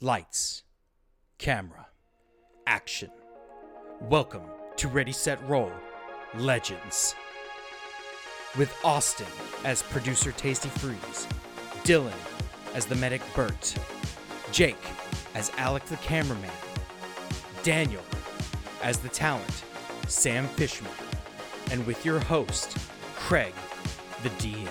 Lights, camera, action. Welcome to Ready Set Roll Legends. With Austin as producer Tasty Freeze, Dylan as the medic Bert, Jake as Alec the cameraman, Daniel as the talent Sam Fishman, and with your host Craig the DM.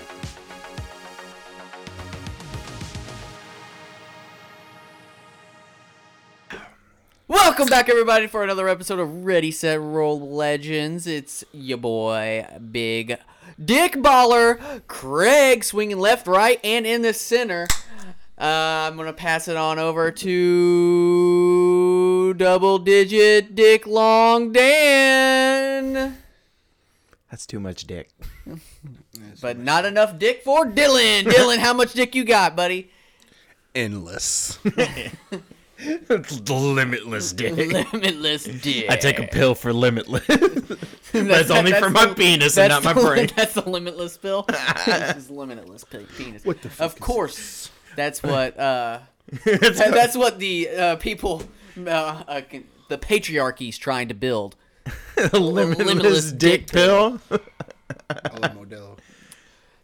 Welcome back, everybody, for another episode of Ready Set Roll Legends. It's your boy, Big Dick Baller, Craig, swinging left, right, and in the center. Uh, I'm gonna pass it on over to Double Digit Dick Long Dan, That's too much dick. but not enough dick for Dylan. Dylan, how much dick you got, buddy? endless. Limitless dick. Limitless dick. I take a pill for limitless. That's only for that's my the- penis and not my the, brain. That's the limitless pill. this is limitless pe- penis. What the? Of course, that's what. Uh, that- that's what the uh, people, uh, uh, can- the patriarchy's trying to build. limitless, limitless dick, dick pill. I love Modelo.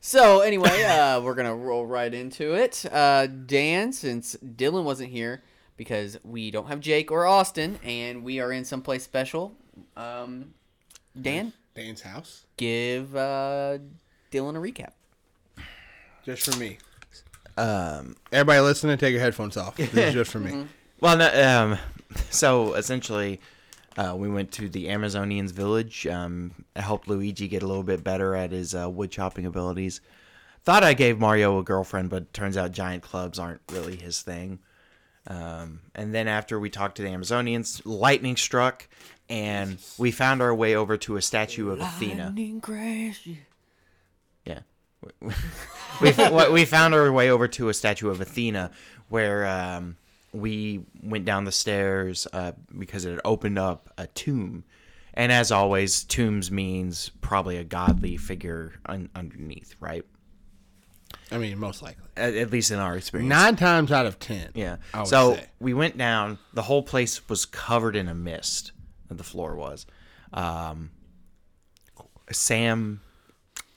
So anyway, uh, we're gonna roll right into it. Uh, Dan, since Dylan wasn't here because we don't have Jake or Austin, and we are in someplace special. Um, Dan, Dan's house. give uh, Dylan a recap. Just for me. Um, Everybody listening, take your headphones off. This is just for me. Well, no, um, so essentially, uh, we went to the Amazonians village. Um, I helped Luigi get a little bit better at his uh, wood chopping abilities. Thought I gave Mario a girlfriend, but turns out giant clubs aren't really his thing. Um, and then after we talked to the Amazonians, lightning struck, and we found our way over to a statue of Athena. Lightning crash. Yeah. We- we, we- we found our way over to a statue of Athena where um, we went down the stairs uh, because it had opened up a tomb. And as always, tombs means probably a godly figure un- underneath, right? I mean, most likely. At, at least in our experience. Nine times out of ten. Yeah. I would so say. we went down. The whole place was covered in a mist. The floor was. Um, Sam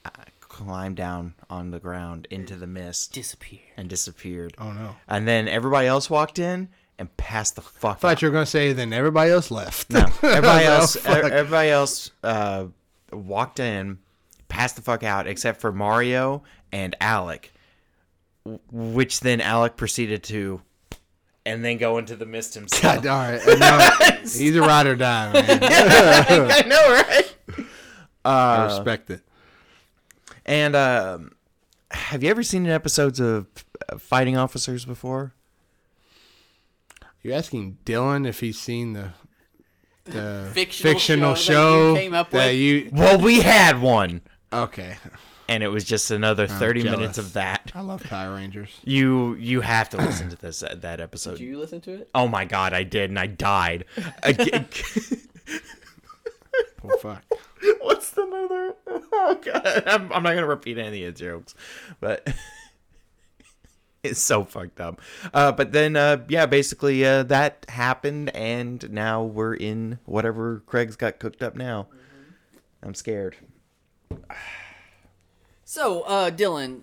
uh, climbed down on the ground into the mist Disappear. and disappeared. Oh no. And then everybody else walked in and passed the fuck. Thought out. you were gonna say then everybody else left. No, everybody Oh, else, fuck. e- everybody else uh, walked in, passed the fuck out, except for Mario and Alec, w- which then Alec proceeded to, and then go into the mist himself. God, all right. No, uh, he's a ride or die, man. I know, right? I respect it. And um, have you ever seen episodes of uh, Fighting Officers before? You're asking Dylan if he's seen the the Fictional fictional, show show, that you came up that with? you Well, we had one, okay. and it was just another thirty jealous. minutes of that. I love Power Rangers. You you have to listen to this uh, that episode. Do you listen to it? Oh my god, I did, and I died. I g- Well, fuck. What's the other? Oh god, I'm, I'm not gonna repeat any of the jokes, but it's so fucked up. Uh, but then, uh, yeah, basically uh, that happened, and now we're in whatever Craig's got cooked up now. Mm-hmm. I'm scared. So, uh, Dylan,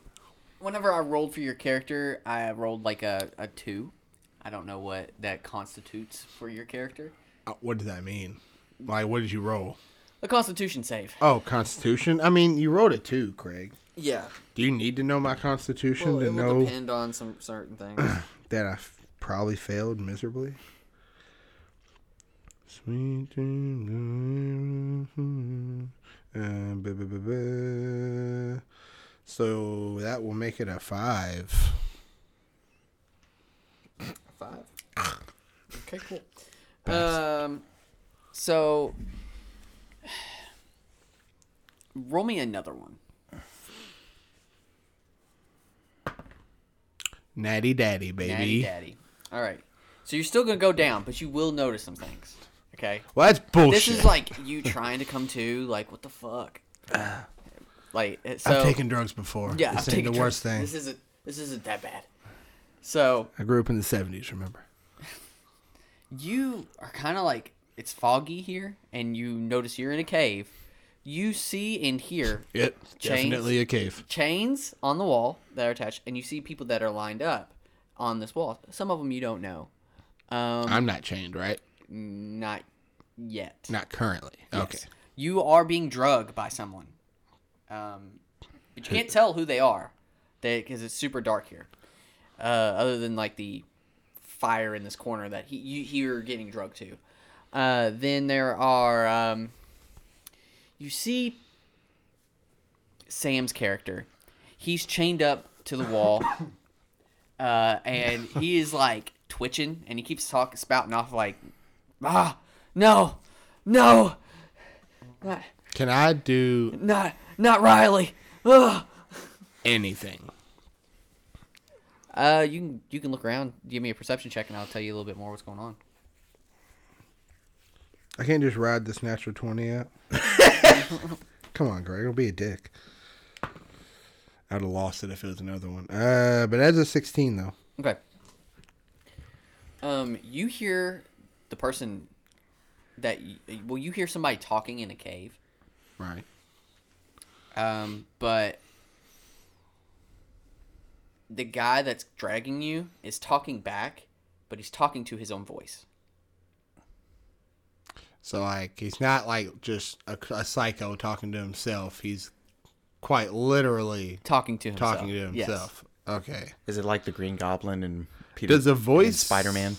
whenever I rolled for your character, I rolled like a, a two. I don't know what that constitutes for your character. Uh, What does that mean? Like, what did you roll? A constitution save. Oh, Constitution. I mean, you wrote it too, Craig. Yeah. Do you need to know my Constitution to know depend on some certain things. that I f- probably failed miserably? Sweet dreams, uh, ba- ba- ba- ba. So that will make it a five. Five. Okay, cool. Um, so roll me another one. Natty daddy, baby. Natty daddy. All right. So you're still gonna go down, but you will notice some things. Okay. Well, that's This bullshit. is like you trying to come to, like what the fuck? Like it- so. I've taken drugs before. yeah, this I've ain't taken the drugs. worst thing. This isn't. This isn't that bad. So I grew up in the seventies. Remember? you are kind of like it's foggy here, and you notice you're in a cave. You see and hear It Chains. definitely a cave. chains on the wall that are attached, and you see people that are lined up on this wall. Some of them you don't know. Um, I'm not chained, right? not yet. Not currently. Okay. Yes. You are being drugged by someone. Um, but you can't tell who they are because it's super dark here. Uh, other than like the fire in this corner that he, you, you're getting drugged to. Uh, then there are. Um, you see Sam's character. He's chained up to the wall. uh, and he is like twitching and he keeps talking, spouting off like, ah, no, no, not, Can I do not, not Riley. Ugh. anything? Uh, you can you can look around. Give me a perception check, and I'll tell you a little bit more what's going on. I can't just ride this natural 20 out. Come on, Greg. It'll be a dick. I'd have lost it if it was another one. Uh, but as a 16, though. Okay. Um, you hear the person that y well, you hear somebody talking in a cave. Right. Um, but the guy that's dragging you is talking back, but he's talking to his own voice. So, like, he's not like just a, a psycho talking to himself. He's quite literally Talking to himself. talking to Yes. himself. Okay. Is it like the Green Goblin and Peter? Does the voice- Spider Man,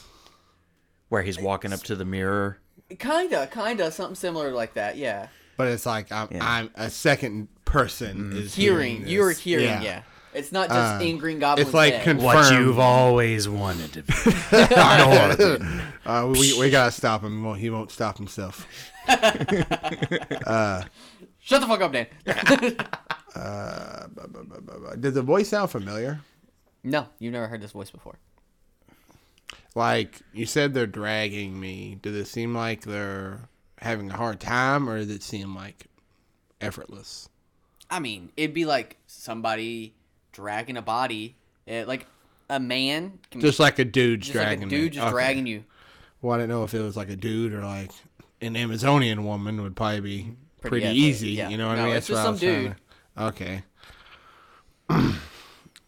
where he's walking up to the mirror? Kinda, kinda, something similar like that. Yeah. But it's like I'm, Yeah. I'm a second person is hearing. doing You're this. hearing. Yeah. It's not just Um, in Green Goblin. It's like confirmed. always wanted to be. Uh, we, we gotta stop him. He won't, he won't stop himself. shut the fuck up, Dan. Does the voice sound familiar? no, you've never heard this voice before. Like you said, they're dragging me. Does it seem like they're having a hard time, or does it seem like effortless? I mean, it'd be like somebody dragging a body, eh, like a man, can- Just like a dude's just like dragging a me. dude just Okay. dragging you. Well, I didn't know if it was like a dude or like an Amazonian woman would probably be Pretty pretty, epic, easy. yeah. You know what No, I mean? it's That's just what some I was trying to- Okay.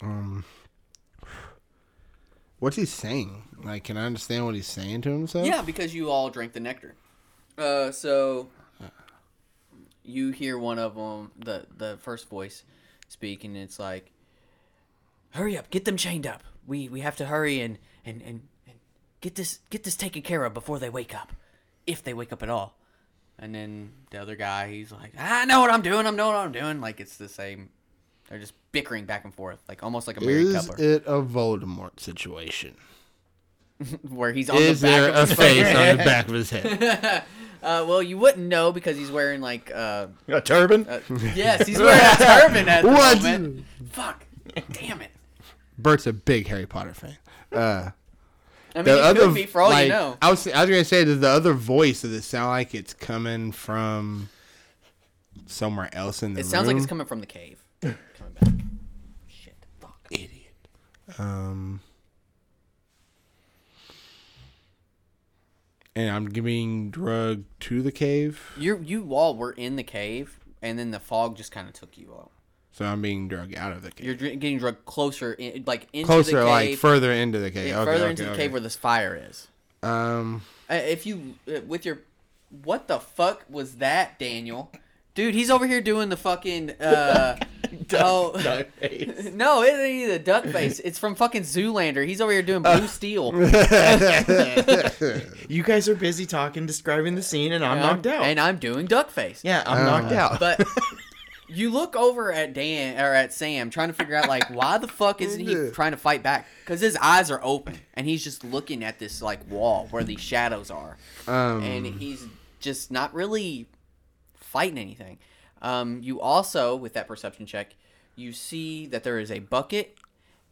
um, what's he saying? Like, can I understand what he's saying to himself? Yeah, because you all drank the nectar. Uh, so you hear one of them, the the first voice, speak, and it's like, "Hurry up, get them chained up. We we have to hurry and and and, and get this get this taken care of before they wake up, if they wake up at all." And then the other guy, he's like, "I know what I'm doing. I'm knowing what I'm doing." Like it's the same. They're just bickering back and forth, like almost like a married Is couple, it a Voldemort situation? where he's on Is the back there of a his face on the back of his head? Uh, well, you wouldn't know because he's wearing like uh, A turban? yes, he's wearing a turban at the What? moment. Fuck, damn it. Bert's a big Harry Potter fan. Uh, I mean, the it other, could be for all like, you know. I was, I was gonna say, does the other voice does it sound like it's coming from somewhere else in the It sounds like it's coming from the cave. Coming back. Shit, fuck. idiot. Um, and I'm being drugged to the cave, You you all were in the cave, and then the fog just kind of took you out. so I'm being drugged out of the cave. You're dr- getting drugged closer, in, like into Closer, the cave, like further into the cave. yeah, Okay, further okay, into the okay. cave where this fire is. Um, Uh, if you uh, with your what the fuck was that daniel dude he's over here doing the fucking uh oh no it ain't even the duck face it's from fucking zoolander he's over here doing blue steel You guys are busy talking, describing the scene, and I'm knocked out. and i'm doing duck face yeah, I'm knocked out. but you look over at dan or at sam trying to figure out like why the fuck isn't he trying to fight back because his eyes are open and he's just looking at this like wall where these shadows are um, and he's just not really fighting anything. Um, you also, with that perception check, you see that there is a bucket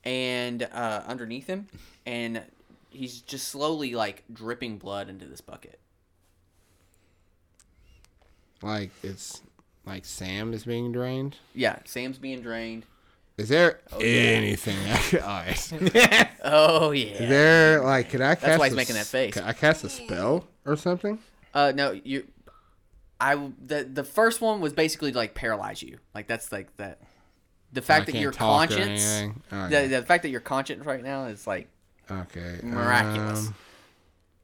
and uh, underneath him, and he's just slowly like dripping blood into this bucket. like it's like Sam is being drained. Oh, Yeah, Sam's being drained. Is there anything? I could, all right. Oh yeah. Is there like could I? Cast why he's a making that s- face. Could I cast a spell or something? Uh, no, you. I the the first one was basically like paralyze you. Like that's like that. The fact that can't your talk or conscience, anything? Oh, the, yeah. the fact that your conscience right now is like Okay. miraculous. um,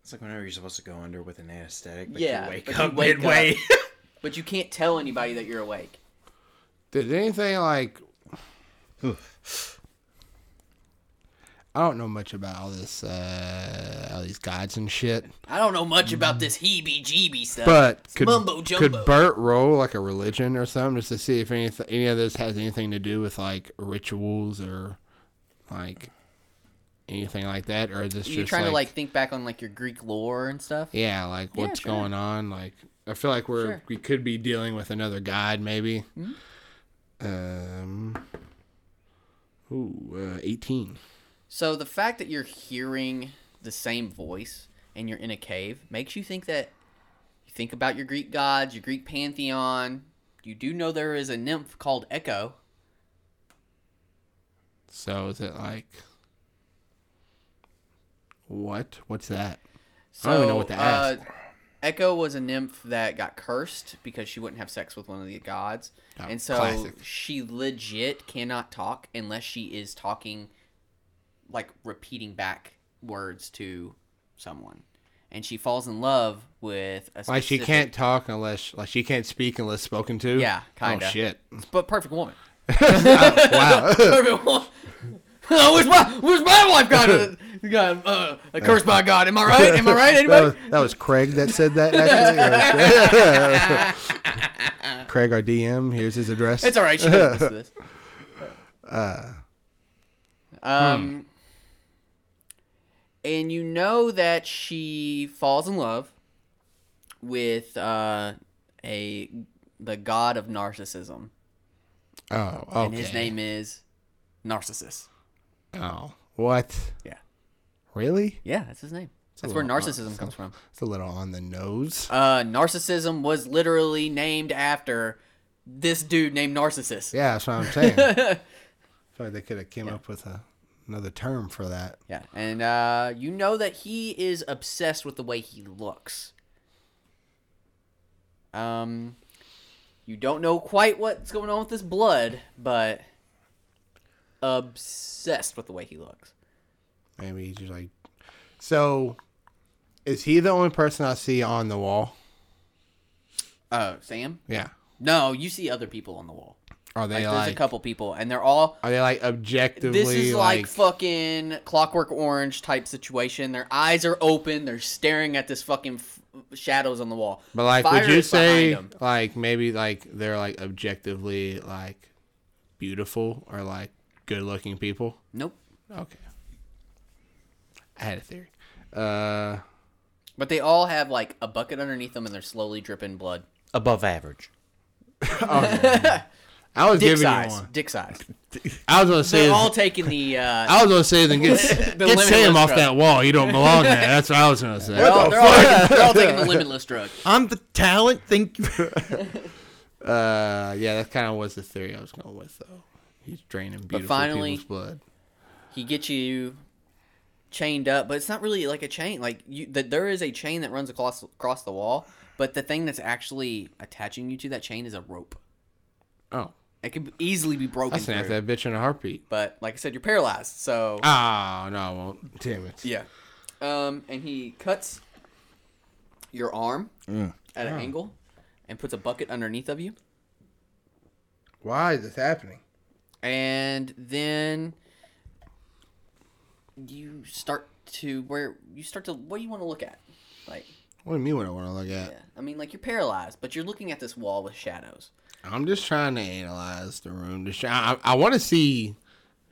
It's like whenever you're supposed to go under with an anesthetic, but yeah, you wake but you up wake midway. up, but you can't tell anybody that you're awake. did anything like? I don't know much about all this, uh, all these gods and shit. I don't know much about this heebie-jeebie stuff. Mm. But It's could mumbo jumbo. could Bert roll like a religion or something just to see if any any of this has anything to do with like rituals or like anything like that, or is this you're just trying like, to like think back on like your Greek lore and stuff. yeah, like what's sure. going on? Like I feel like we're Sure. Hmm? we could be dealing with another god maybe. Um. Ooh, uh, eighteen. So the fact that you're hearing the same voice and you're in a cave makes you think that you think about your Greek gods, your Greek pantheon. You do know there is a nymph called Echo. So is it like what? What's that? So, I don't even know what to ask. Uh, Echo was a nymph that got cursed because she wouldn't have sex with one of the gods, Oh, and so classic. she legit cannot talk unless she is talking, like repeating back words to someone, and she falls in love with a Like she specific- can't talk unless like she can't speak unless spoken to. Yeah, kinda. Oh shit! but perfect woman. Wow. Perfect woman. Oh, where's my where's my wife got a, got uh, cursed by God? Am I right? Am I right? that, Anybody? was, that was Craig that said that. Actually, Craig, our DM. Here's his address. It's all right. She doesn't listen to this. Uh. Hmm. um, and you know that she falls in love with uh, a the god of narcissism, oh, okay. and his name is Narcissus. Oh, what? Yeah, Really? yeah, that's his name. That's a where little odd, narcissism comes from. It's a little on the nose. Uh, narcissism was literally named after this dude named Narcissus. Yeah, that's what I'm saying. I feel like they could have came up with a, another term for that. Yeah, and uh, you know that he is obsessed with the way he looks. Um, you don't know quite what's going on with his blood, but obsessed with the way he looks. Maybe he's just like. So, is he the only person I see on the wall? Oh, Sam? Yeah. No, you see other people on the wall. Are Like, they there's like? a couple people, and they're all. Are they like objectively? This is like, fucking Clockwork Orange type situation. Their eyes are open. They're staring at this fucking f- shadows on the wall. But like, Fire would you is behind say them. like maybe like they're like objectively like beautiful or like good looking people? Nope. Okay. I had a theory. Uh, But they all have like a bucket underneath them, and they're slowly dripping blood. Above average. I was Dick giving size, you one. dick size. I was gonna say. They're all taking the. Uh, I was gonna say then get, The get Sam limitless off drug. that wall. You don't belong there. That's what I was gonna they're, say. all, they're, all taking, they're all taking the limitless drug. I'm the talent. Think. Uh, yeah, that kind of was the theory I was going with though. He's draining beautiful finally- people's blood. He gets you chained up, but it's not really like a chain. Like you, that there is a chain that runs across across the wall, but the thing that's actually attaching you to that chain is a rope. Oh, It could easily be I broken. snapped through. that bitch in a heartbeat. But like I said, you're paralyzed, so Oh no, I won't. Damn it. yeah. Um, and he cuts your arm at an angle, and puts a bucket underneath of you. Why is this happening? and then you start to where you start to what do you want to look at like What do you mean? What I want to look at? yeah. i mean like you're paralyzed but you're looking at this wall with shadows I'm just trying to analyze the room. Just try, I, I want to see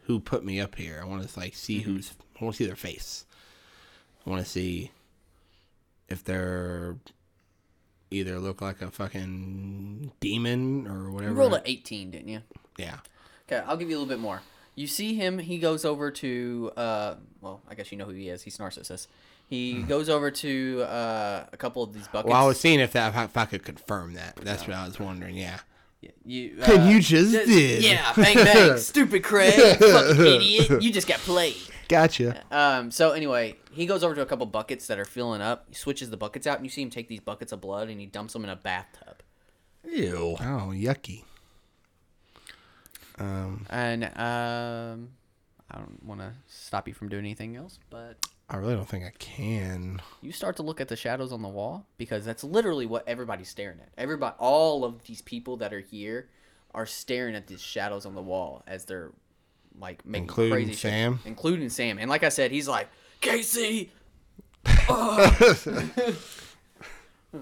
who put me up here. I want to like see who's. I want to see their face. I want to see if they're either look like a fucking demon or whatever. you rolled an 18 didn't you Yeah. okay i'll give you a little bit more you see him he goes over to uh well i guess you know who he is he's narcissus Hmm. he goes over to uh, a couple of these buckets Well, I was seeing if that if I could confirm that. That's what I was wondering. Yeah. Yeah, you, Then uh, you just just- did. Yeah, bang bang, stupid Craig, fucking idiot, you just got played. Gotcha. Um. So anyway, he goes over to a couple buckets that are filling up. He switches the buckets out, and you see him take these buckets of blood and he dumps them in a bathtub. Ew. Oh, yucky. Um, And um, I don't want to stop you from doing anything else, but I really don't think I can. you start to look at the shadows on the wall because that's literally what everybody's staring at. Everybody, all of these people that are here, are staring at these shadows on the wall as they're like making Including crazy Sam? shit, including Sam. And like I said, he's like Casey. Ugh."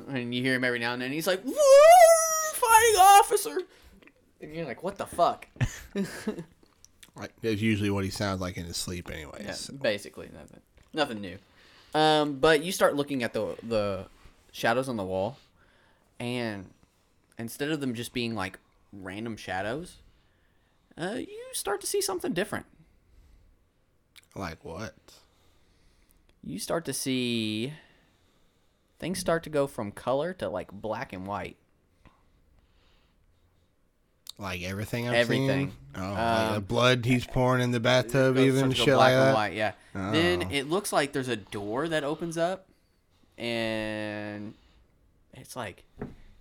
and you hear him every now and then. He's like, "Woo, fighting officer," and you're like, "What the fuck?" Like, That's usually what he sounds like in his sleep, anyways. Yeah, basically nothing. Nothing new. Um, but you start looking at the the shadows on the wall, and instead of them just being like random shadows, uh, you start to see something different. Like what? You start to see things start to go from color to like black and white. Like everything I'm Everything. seeing? Oh, like the blood he's pouring in the bathtub, It even starts to go shit like that. Oh. white. Yeah. Then it looks like there's a door that opens up, and it's like,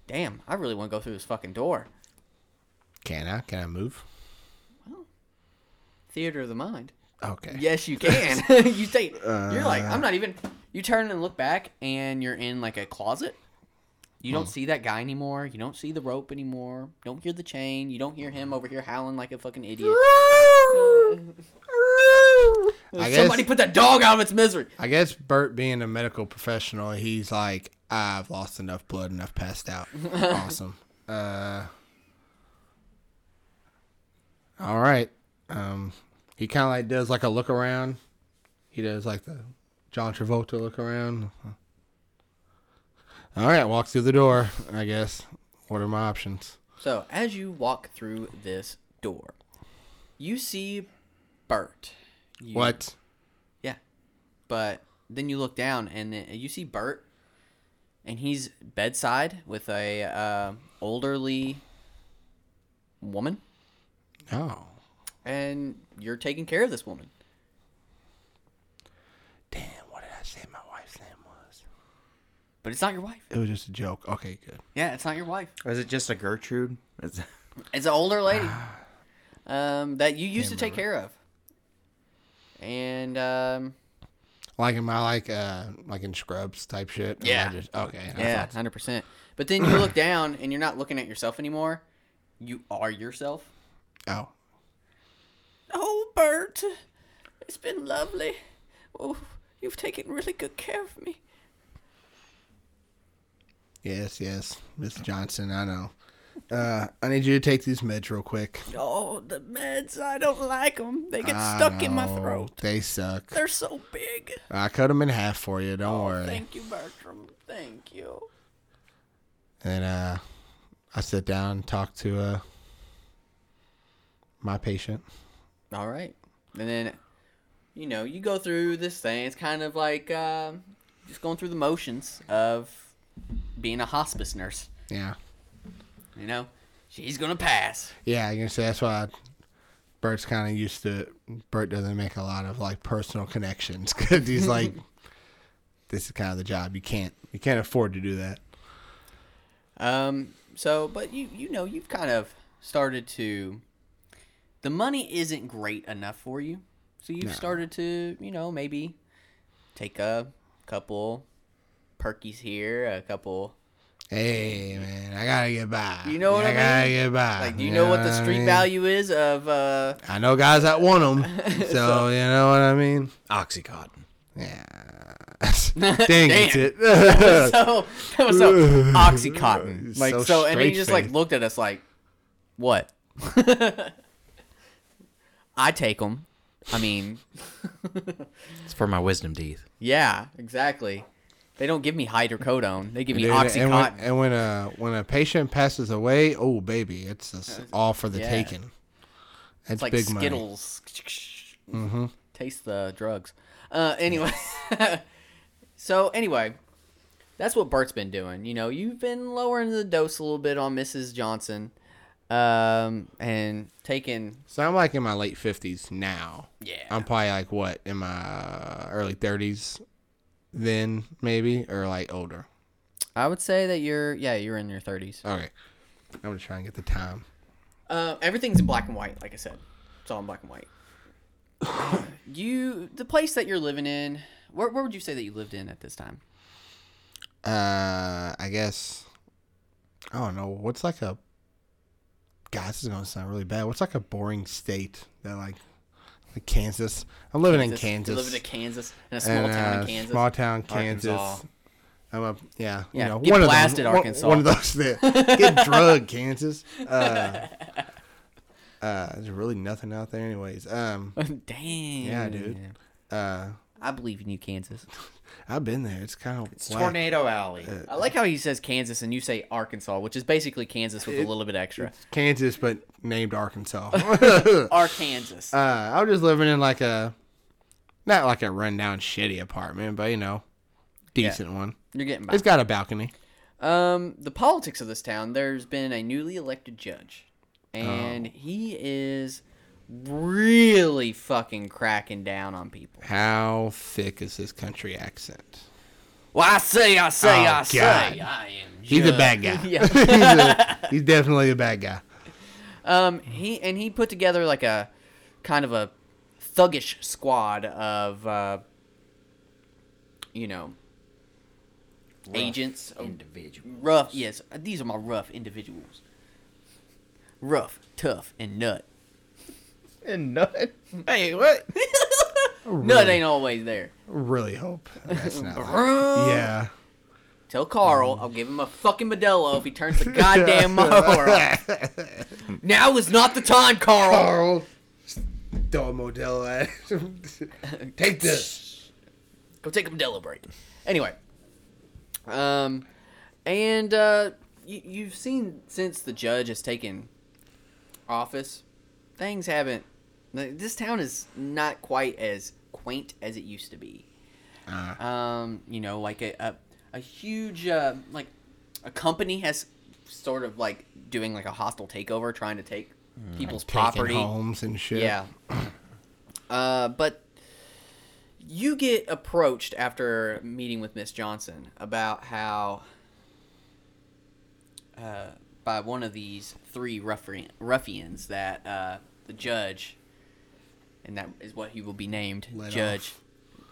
damn, I really want to go through this fucking door. Can I? Can I move? Theater of the mind. Okay. Yes, you can. you say you're like Uh. I'm not even. You turn and look back, and you're in like a closet. You Hmm. don't see that guy anymore. You don't see the rope anymore. Don't hear the chain. You don't hear him over here howling like a fucking idiot. I guess, Somebody put that dog out of its misery. I guess Bert, being a medical professional, he's like, I've lost enough blood and I've passed out. awesome. Uh, all right. Um, he kind of like does like a look around. He does like the John Travolta look around. All right, walks through the door. I guess. What are my options? So as you walk through this door, you see Bert. You- What? Yeah. But then you look down and then you see Bert, and he's bedside with a uh, elderly woman, Oh, and you're taking care of this woman. damn! What did I say my wife's name was? But it's not your wife. It was just a joke. Okay, good. Yeah, it's not your wife. Or is it just a Gertrude? Is- It's an older lady um, that you used to take care of. And um, Like am I like uh like in Scrubs type shit? Am I Yeah. just- okay. I yeah, thought- hundred percent. But then you look down and you're not looking at yourself anymore. You are yourself. Oh. Oh, Bert, it's been lovely. Oh, you've taken really good care of me. Yes, yes. Miss Johnson, I know. Uh, I need you to take these meds real quick. Oh, the meds, I don't like them. They get I stuck in my know, throat. They suck. They're so big. I cut them in half for you. Don't worry. Thank you, Bertram. Thank you. and uh, I sit down and talk to uh my patient. All right. And then, you know, you go through this thing. It's kind of like um, just going through the motions of being a hospice nurse. Yeah. You know, she's going to pass. Yeah, I can say that's why Bert's kind of used to. Bert doesn't make a lot of like personal connections because he's like, this is kind of the job you can't you can't afford to do that. Um. So, but you you know you've kind of started to. The money isn't great enough for you, so you've started to you know maybe take a couple perkies here, a couple. Hey man, I gotta get by. You know what I gotta mean? get by. Like, do you You know what the I street mean? value is of uh? I know guys that want them, so, you know what I mean. Oxycontin. Yeah. Dang Damn. it's it. So that was so oxycontin. It's Like so, so and he just like straight-faced. looked at us like, what? I take them. I mean, it's for my wisdom teeth. Yeah, exactly. They don't give me hydrocodone. They give me Dude, and when, oxycontin. and when a when a patient passes away, oh baby, it's just all for the Yeah. taking. It's That's like big money. Mm-hmm. Skittles. Taste the drugs. Uh, anyway, so anyway, that's what Bert's been doing. You know, you've been lowering the dose a little bit on Mrs. Johnson, um, and taking So I'm like in my late fifties now. Yeah. I'm probably like what in my uh, early thirties, then maybe or like older. I would say that you're yeah you're in your 30s. Okay, I'm gonna try and get the time. Uh, everything's in black and white, like I said. It's all in black and white. you, the place that you're living in, where, where would you say that you lived in at this time? Uh, I guess I don't know. What's like a God, this is gonna sound really bad. What's like a boring state that like like Kansas? I'm living in Kansas. You lived in Kansas, in a small And, town uh, in Kansas. Small town Kansas. Arkansas. I'm a yeah, you Yeah, know, get one blasted, of those, one- Arkansas. One of those that get drugged, Kansas. Uh, uh, there's really nothing out there, anyways. Um, Damn. yeah, dude. Uh, I believe in you, Kansas. I've been there. It's kind of It's Tornado Alley. I like how he says Kansas and you say Arkansas, which is basically Kansas with a little bit extra. Kansas, but named Arkansas. Arkansas. uh, I was just living in like a, not like a rundown shitty apartment, but you know, decent one. You're getting by. It's got a balcony. Um, the politics of this town. There's been a newly elected judge, Oh. and he is really fucking cracking down on people. How thick is his country accent? Well, I say, I say, I Oh, say, God. I am. He's a judge. bad guy. Yeah. he's, a, he's definitely a bad guy. Um, he and he put together like a kind of a thuggish squad of, uh, you know, agents, Oh, Individual. rough. Yes, these are my rough individuals. Rough, tough, and nut. And nut. Hey, what? Nut ain't always there. Really hope that's not. like- Bruh. yeah. Tell Carl I'll give him a fucking Modelo if he turns the goddamn mower off. Now is not the time, Carl. Carl, throw a Modelo at him. Take this. Go take a Modelo break. Anyway, um, and uh, you, you've seen since the judge has taken office, things haven't. like, This town is not quite as quaint as it used to be. um, you know, like a a, a huge uh, like a company has sort of like doing like a hostile takeover, trying to take people's property. Property homes and shit. Yeah. uh, but you get approached after meeting with Miss Johnson about how uh, by one of these three ruffian, ruffians that uh, the judge, and that is what he will be named, Let judge,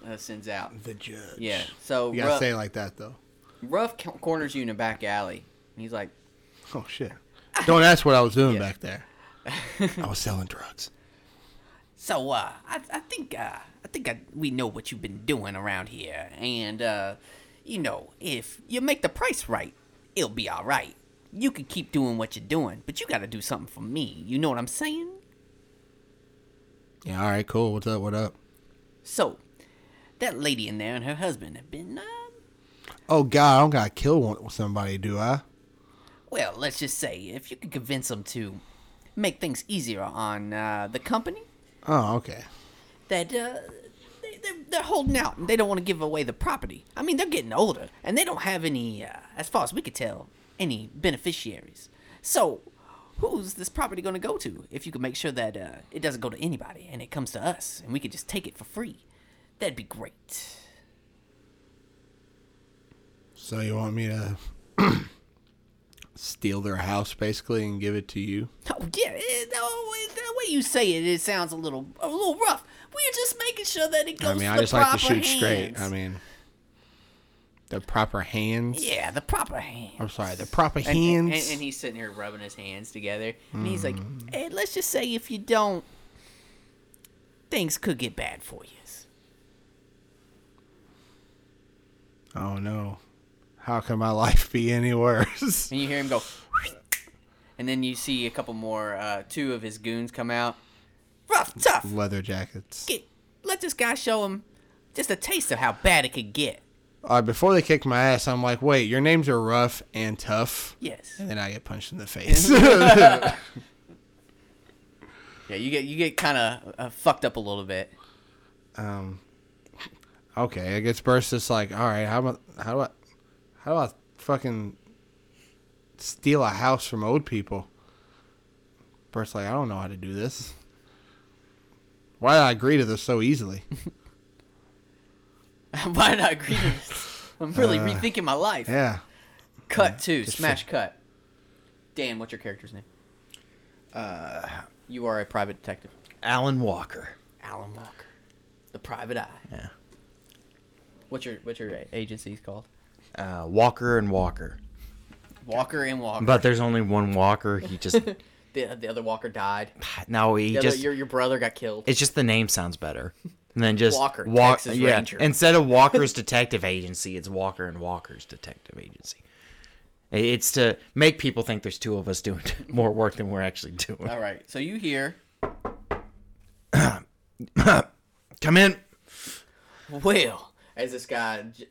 uh, sends out. The judge. Yeah. So You gotta rough, say it like that though. rough co- corners you in a back alley, and he's like, Oh shit. Don't ask what I was doing Yeah. back there. I was selling drugs. So, uh, I, I think, uh, I think I, we know what you've been doing around here, and, uh, you know, if you make the price right, it'll be all right. You can keep doing what you're doing, but you gotta do something for me. You know what I'm saying? Yeah. All right. Cool. What's up? What up? So, that lady in there and her husband have been, uh, Oh God, I don't gotta kill one, somebody, do I? well, let's just say, if you can convince them to make things easier on, uh, the company, Oh, okay. that uh, they, they're, they're holding out and they don't want to give away the property. I mean, they're getting older and they don't have any, uh, as far as we could tell, any beneficiaries. So, who's this property going to go to if you can make sure that uh, it doesn't go to anybody and it comes to us and we can just take it for free? That'd be great. So you want me to steal their house basically and give it to you? Oh yeah, eh, no, eh, the way you say it, it sounds a little, a little rough. We're just making sure that it goes. I mean, to I the just like to proper shoot straight. hands. I mean, the proper hands. yeah, the proper hands. I'm sorry, the proper And- hands. And, and, he's sitting here rubbing his hands together, and he's like, "Hey, let's just say if you don't, things could get bad for you." oh no, how can my life be any worse? And you hear him go, and then you see a couple more, uh, two of his goons come out. Rough, tough. Leather jackets. Get, let this guy show him just a taste of how bad it could get. All right, before they kick my ass, I'm like, wait, your names are rough and tough. Yes. And then I get punched in the face. Yeah, you get you get kind of uh, fucked up a little bit. okay, I guess Burst is like, all right, how about how do I how do I fucking steal a house from old people? Bert's like, I don't know how to do this. Why did I agree to this so easily? Why did I agree to this? I'm really rethinking my life. Yeah. Cut two, smash cut. Dan, what's your character's name? Uh, you are a private detective. Alan Walker. Alan Walker, the private eye. Yeah. What's your what's your a- agency's called? Uh, Walker and Walker. Walker and Walker. But there's only one Walker. He just the, the other Walker died. no. He The other, just your your brother got killed. it's just the name sounds better. And then just Walker, Wa- Texas Ranger. Instead of Walker's Detective Agency, it's Walker and Walker's Detective Agency. I- It's to make people think there's two of us doing more work than we're actually doing. All right, so you hear? Come in. Well, as this guy, j-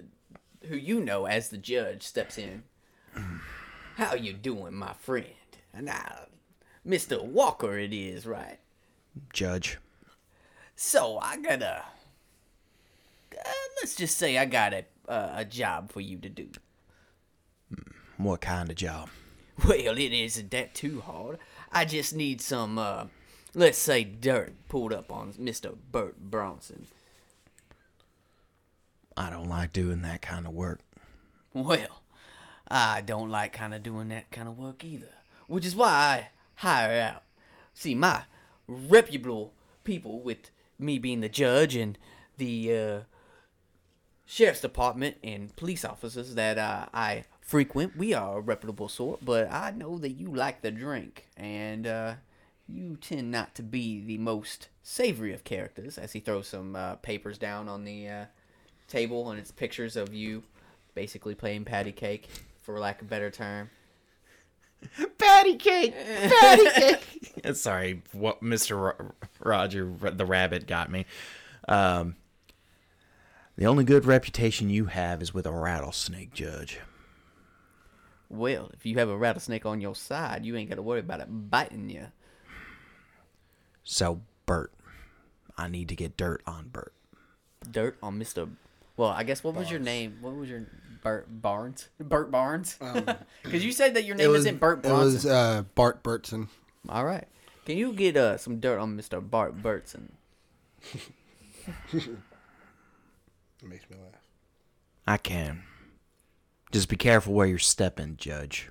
who you know as the judge, steps in. How you doing, my friend? Now, Mister Walker, it is right. Judge. So I got a. Uh, let's just say I got a uh, a job for you to do. What kind of job? Well, it isn't that too hard. I just need some, uh, let's say, dirt pulled up on Mister Bert Bronson. I don't like doing that kind of work. Well, I don't like kind of doing that kind of work either, which is why I hire out. See, my reputable people, with me being the judge and the uh, sheriff's department and police officers that uh, I frequent, we are a reputable sort, but I know that you like the drink, and uh, you tend not to be the most savory of characters, as he throws some uh, papers down on the. Uh, table and it's pictures of you basically playing patty cake for lack of a better term Patty cake. Patty cake. Sorry, what Mr. Ro- Roger the Rabbit got me. Um, the only good reputation you have is with a rattlesnake, Judge. well if you have a rattlesnake on your side you ain't got to worry about it biting you So, Bert, I need to get dirt on Bert. dirt on mr well i guess what was your name what was your bert barnes bert barnes because you said that your name isn't bert Um, it Bronson. was uh, Bart Burtson. all right can you get uh, some dirt on mr bart burtson It makes me laugh. I can. Just be careful where you're stepping, Judge.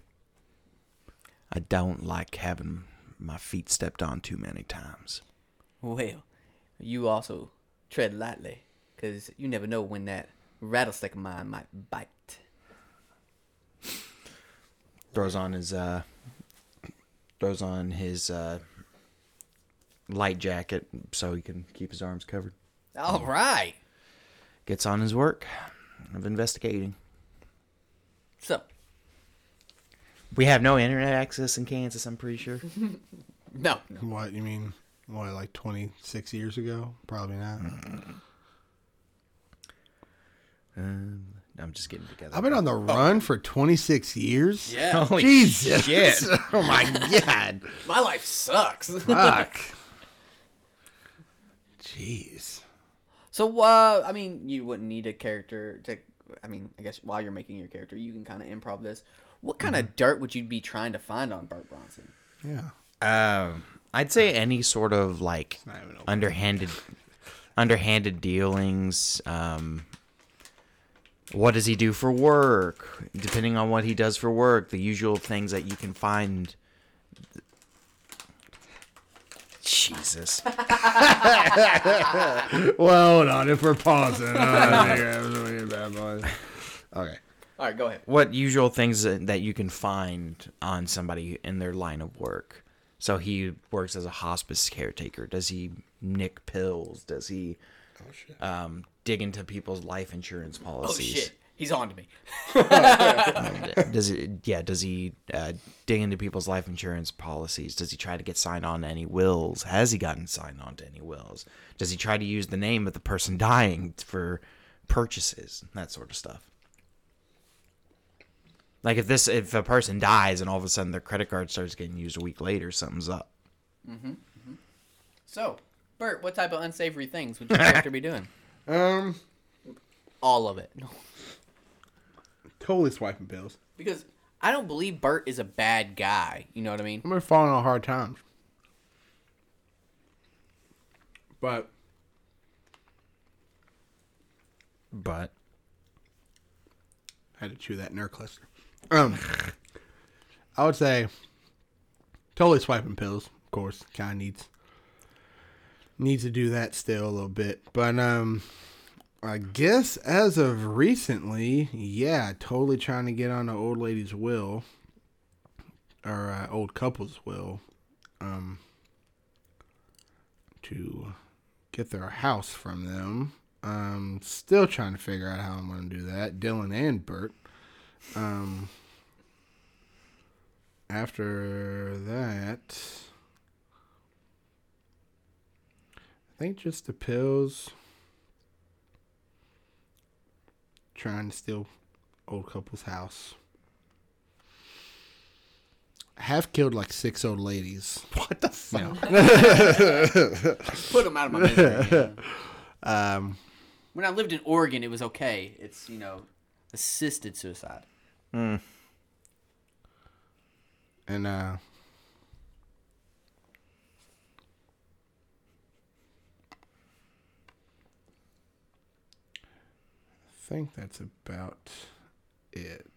I don't like having my feet stepped on too many times. well you also tread lightly because you never know when that rattlesnake of mine might bite throws on his uh throws on his uh light jacket so he can keep his arms covered all right gets on his work of investigating so we have no internet access in kansas i'm pretty sure no no What, you mean, what, like 26 years ago? Probably not. um, i'm just getting together I've been on the run for 26 years? Yeah. Holy Jesus. shit. oh, my God. My life sucks. Fuck. Jeez. so, uh, I mean, you wouldn't need a character to. I mean, I guess while you're making your character, you can kind of improv this. What kind of dirt would you be trying to find on Bart Bronson? Yeah. um i'd say any sort of like not even open. underhanded underhanded dealings um what does he do for work depending on what he does for work the usual things that you can find jesus Well, hold on. If we're pausing, okay. All right, go ahead. what usual things that that you can find on somebody in their line of work so he works as a hospice caretaker does he nick pills does he um, dig into people's life insurance Oh policies shit, he's on to me. does it yeah does he uh, dig into people's life insurance policies does he try to get signed on to any wills has he gotten signed on to any wills does he try to use the name of the person dying for purchases that sort of stuff like if this if a person dies and all of a sudden their credit card starts getting used a week later something's up So, Bert, what type of unsavory things would your character be doing? Um, All of it, totally swiping pills. because I don't believe Bert is a bad guy. You know what I mean? I'm gonna falling on hard times. But But I had to chew that nerve cluster. Um, I would say totally swiping pills. Of course, kind of needs needs to do that still a little bit. But um, I guess as of recently, yeah, totally trying to get on the old lady's will or uh, old couple's will, um, to get their house from them. Um, still trying to figure out how I'm going to do that. Dylan and Bert. Um, after that, I think just the pills. Trying to steal old couple's house. I have killed like six old ladies. what the fuck? Put them out of my misery. yeah. Um, When I lived in Oregon, it was okay. It's you know, assisted suicide. and uh, I think that's about it.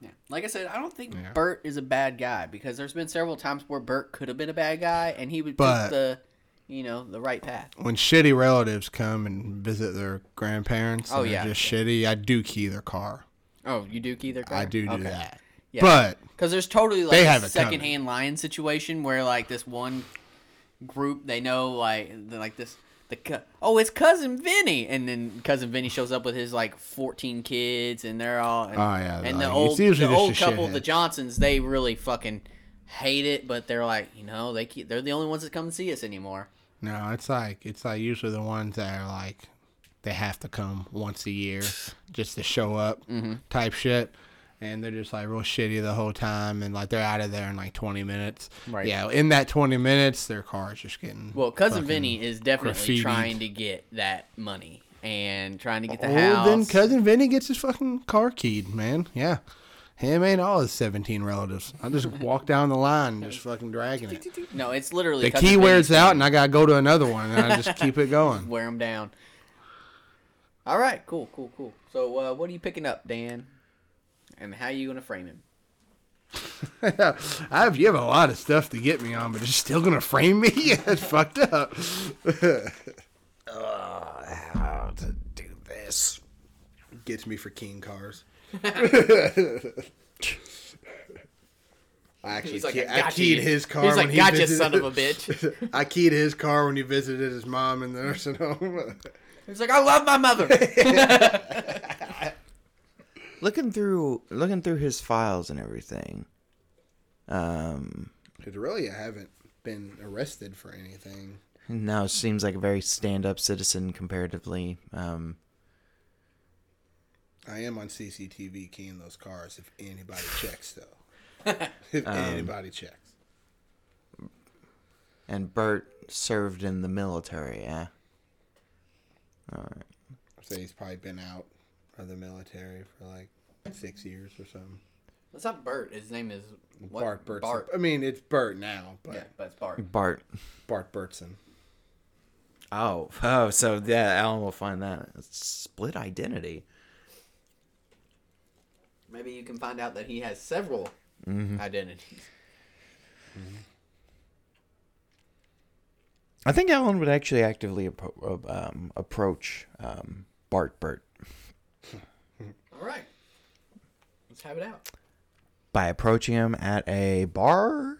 Yeah. Like I said, I don't think Yeah. Bert is a bad guy because there's been several times where Bert could have been a bad guy and he would But- pick the, you know, the right path. When shitty relatives come and visit their grandparents, Oh, and they're yeah. just shitty. I do key their car. Oh, you do key their car? I do do Okay. that. Yeah. But Because there's totally like They a have it coming. secondhand lion situation where like this one group they know like they're like this the co- oh it's cousin Vinny and then cousin Vinny shows up with his like 14 kids and they're all and, Oh, yeah, and the like, it's old usually the just old a couple the shithead. Johnsons they really fucking hate it but they're like you know they keep, they're the only ones that come and see us anymore no, it's like it's like usually the ones that are like they have to come once a year just to show up Mm-hmm. type shit. And they're just like real shitty the whole time, and like they're out of there in like 20 minutes. Right. Yeah. In that 20 minutes, their car is just getting well cousin Vinny is definitely graffitied. trying to get that money and trying to get the Well, house Oh, then cousin Vinny gets his fucking car keyed, man. Yeah. Him and all his 17 relatives. I just walk down the line, just fucking dragging it. no it's literally The cousin key wears Vinny's out, and I gotta go to another one, and I just keep it going. wear them down. All right, cool, cool, cool. So, uh, what are you picking up, Dan? And how you gonna frame him? I have you have a lot of stuff to get me on, but it's still gonna frame me. Yeah, it's fucked up. How to do this? Gets me for king cars. I actually, key- I, keyed his car. He's like, when he gotcha, visited- son of a bitch. I keyed his car when he visited his mom in the nursing home. He's like, I love my mother. Looking through, looking through his files and everything. Um, Because really, I haven't been arrested for anything. now seems like a very stand-up citizen comparatively. Um, I am on CCTV keying those cars if anybody checks, though. if Um, anybody checks. and Bert served in the military. Yeah. So he's probably been out of the military for like six years or something. it's not Bert. His name is what? Bart Burtson. Bart. I mean, it's Bert now, but Yeah, but it's Bart. Bart. Bart Burtson. Oh, oh, so yeah, Alan will find that split identity. Maybe you can find out that he has several Mm-hmm. identities. I think Alan would actually actively appro- uh, um, approach um, Bart Bert All right, let's have it out. by approaching him at a bar,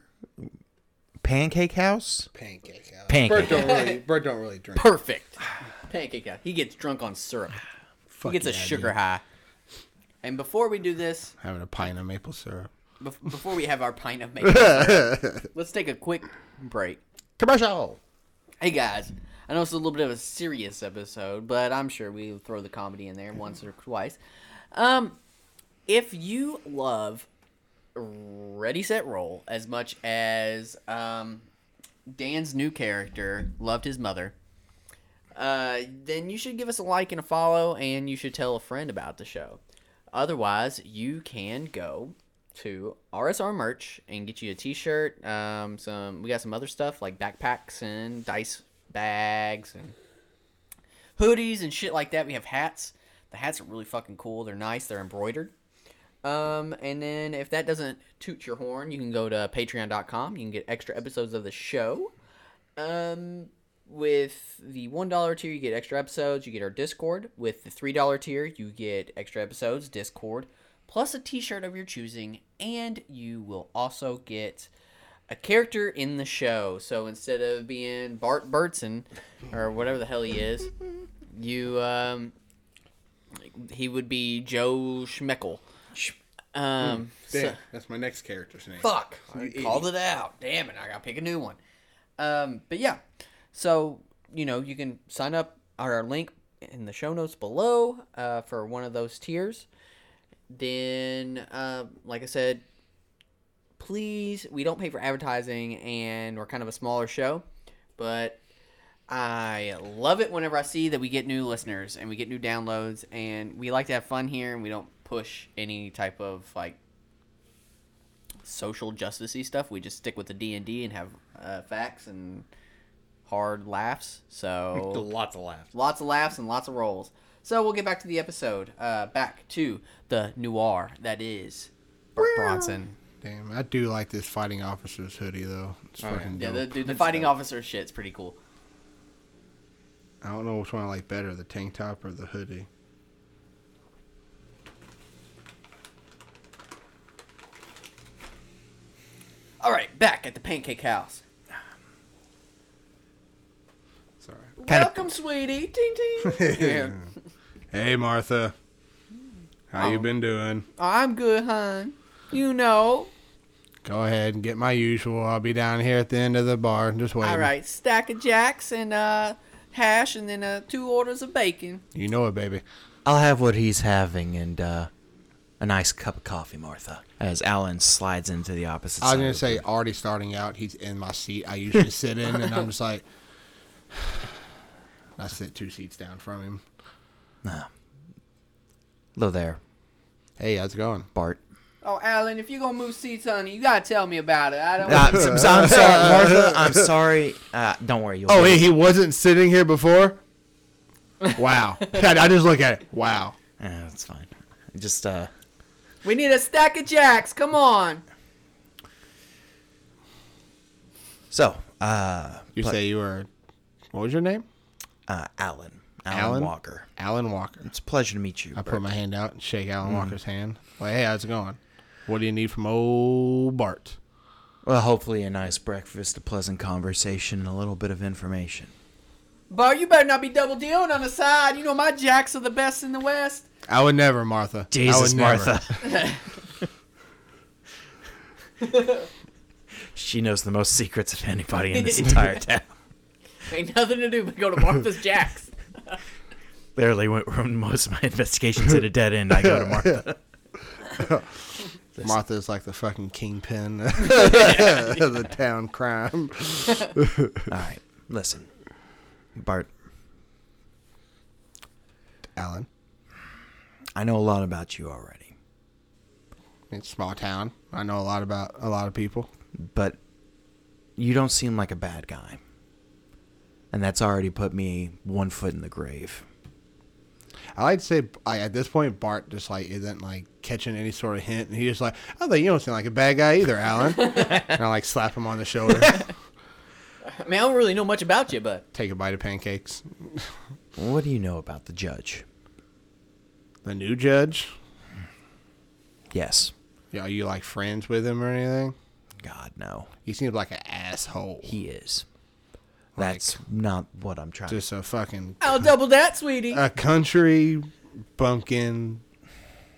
pancake house, Pancake house. Bert pancake. don't really. Bert don't really drink. Perfect. Pancake out. He gets drunk on syrup. Fuck he gets a yeah, sugar dude. high. And before we do this, Having a pint of maple syrup. Bef- before we have our pint of maple syrup, let's take a quick break. Commercial. Hey guys, I know it's a little bit of a serious episode, but I'm sure we'll throw the comedy in there once or twice. Um, if you love Ready Set Roll as much as um, Dan's new character loved his mother, uh, then you should give us a like and a follow, and you should tell a friend about the show. Otherwise, you can go to RSR merch and get you a T-shirt. Um, some we got some other stuff like backpacks and dice bags and hoodies and shit like that. We have hats. The hats are really fucking cool. They're nice. They're embroidered. Um, and then if that doesn't toot your horn, you can go to patreon.com. You can get extra episodes of the show. Um, with the $1 tier, you get extra episodes. You get our Discord. With the $3 tier, you get extra episodes, Discord, plus a t shirt of your choosing. And you will also get a character in the show. So instead of being Bart Burtson or whatever the hell he is, you, um, he would be Joe Schmeckel. Um, so- that's my next character's name. Fuck. I called it out. Damn it. I got to pick a new one. Um, but yeah. So, you know, you can sign up on our link in the show notes below uh, for one of those tiers. Then, uh, like I said, please, we don't pay for advertising and we're kind of a smaller show, but I love it whenever I see that we get new listeners and we get new downloads and we like to have fun here and we don't push any type of like social justicey stuff. We just stick with the D and D and have uh, facts and hard laughs. So Lots of laughs. lots of laughs and lots of rolls. So we'll get back to the episode. Uh, back to the noir that is Bert Bronson. Damn, I do like this fighting officer's hoodie though. It's fucking Yeah, dope. the, dude, the fighting officer shit's pretty cool. I don't know which one I like better, the tank top or the hoodie. All right, back at the Pancake House. Sorry. Welcome, sweetie. Ting ting. yeah. Hey Martha. How you been doing? I'm good, hon. You know. Go ahead and get my usual. I'll be down here at the end of the bar. Just wait. All right, stack of jacks and uh, hash, and then uh, two orders of bacon. You know it, baby. I'll have what he's having and uh, a nice cup of coffee, Martha. As Alan slides into the opposite I was side gonna of the say already starting out, he's in my seat. I usually sit in, and I'm just like, I sit two seats down from him. Ah. Hello there, Hey, how's it going? Bart. Oh, Alan, if you're gonna move seats, honey, you gotta tell me about it. I don't. Uh, I'm, so- I'm sorry, Martha. I'm sorry. Uh, don't worry. You'll Oh, get hey, it. he wasn't sitting here before. Wow, I, I just look at it. Wow. Eh, that's fine. Just uh, we need a stack of jacks. Come on. so uh, You say you were. What was your name? uh, Alan, Alan, Alan? Walker. Alan Walker. It's a pleasure to meet you. I put Bert. my hand out and shake Alan Walker's hand. Like, hey, how's it going? What do you need from old Bart? Well, hopefully a nice breakfast, a pleasant conversation, and a little bit of information. Bart, you better not be double dealing on the side. You know my jacks are the best in the West. I would never, Martha. I would Jesus, never. Martha. she knows the most secrets of anybody in this entire town. Ain't nothing to do but go to Martha's Jacks. Literally, when, when most of my investigations hit a dead end, I go to Martha. Martha's like the fucking kingpin of the town crime. All right, listen, Bart. Alan, I know a lot about you already, it's a small town. I know a lot about a lot of people. but you don't seem like a bad guy, and that's already put me one foot in the grave. I like to say I, at this point Bart just like isn't like catching any sort of hint, and he's just like, "Oh, you don't seem like a bad guy either, Alan." and I like slap him on the shoulder, I mean, I don't really know much about you, but take a bite of pancakes. What do you know about the judge? The new judge, Yes. yeah, are you like friends with him or anything? God, no. He seems like an asshole. He is. That's not what I'm trying to just a fucking I'll double that, sweetie. a country bumpkin.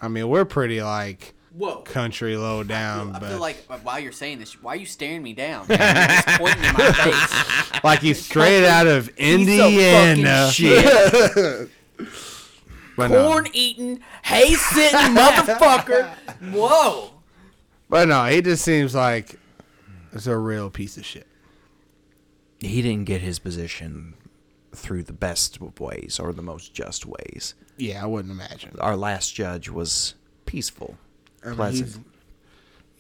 I mean, we're pretty like Whoa. country low down, I but feel like while you're saying this, why are you staring me down? You're just pointing in my face. Like he's straight out of Piece of Indiana. fucking shit. But no, Corn eating, hay sitting motherfucker. Whoa. but no, he just seems like it's a real piece of shit. he didn't get his position through the best of ways or the most just ways. Yeah, I wouldn't imagine. Our last judge was peaceful, I mean, pleasant. he's-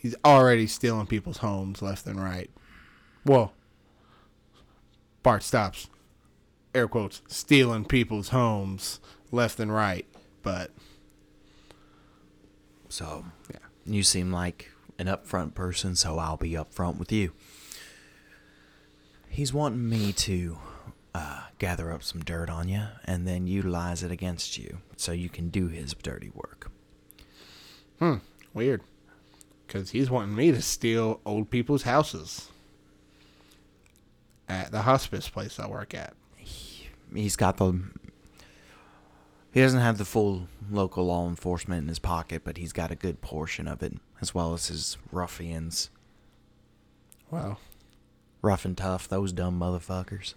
He's already stealing people's homes left and right. Well, Bart stops. Air quotes, stealing people's homes left and right. But So you seem like an upfront person, so I'll be upfront with you. He's wanting me to uh, gather up some dirt on you and then utilize it against you so you can do his dirty work. weird. Because he's wanting me to steal old people's houses at the hospice place I work at. He's got the. He doesn't have the full local law enforcement in his pocket, but he's got a good portion of it, as well as his ruffians. Wow. Rough and tough, those dumb motherfuckers.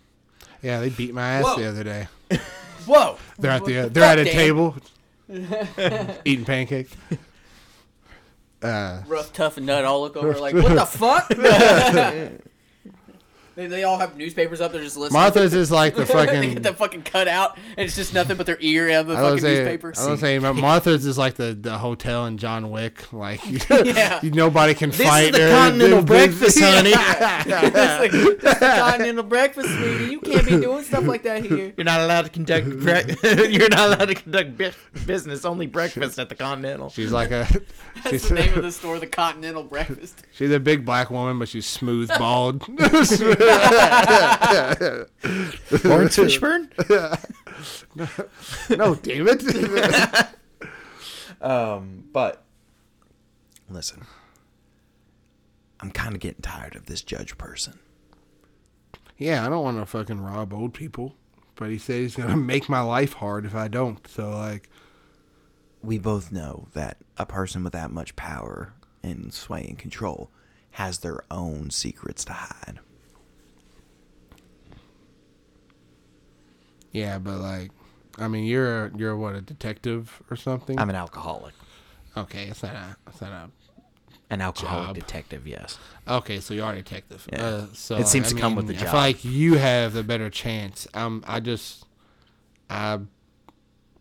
Yeah, they beat my ass the other day. Whoa! They're at What the, the they're at a fuck, Dan? table eating pancakes. Uh, Rough, tough, and nut all look over like, what the fuck? they, they all have newspapers up. They're just listening. Martha's is like the they fucking. get the fucking cut out, and it's just nothing but their ear and the I fucking was saying, newspaper. I was saying, but Martha's is like the, the hotel in John Wick. Like, Yeah. you- nobody can is fight. the her. continental breakfast, honey. It's like, it's the continental breakfast, sweetie. You can't be doing stuff like that here. You're not allowed to conduct. Bre- you're not allowed to conduct bu- business. Only breakfast at the Continental. she's like a. That's She's, the name of the store, the Continental Breakfast. she's a big black woman, but she's smooth bald. Lawrence Fishburne. no, David. Um, but listen, I'm kind of getting tired of this judge person. yeah, I don't want to fucking rob old people, but he said he's gonna make my life hard if I don't. So like, We both know that a person with that much power and sway and control has their own secrets to hide. yeah, but like, I mean, you're you're what a detective or something. I'm an alcoholic, okay, it's not a, it's not a. an alcoholic Job. detective. Yes. Okay, so you are a detective. Yeah. Uh, so It seems to come with the I job. feel like you have the better chance. Um, I just, I,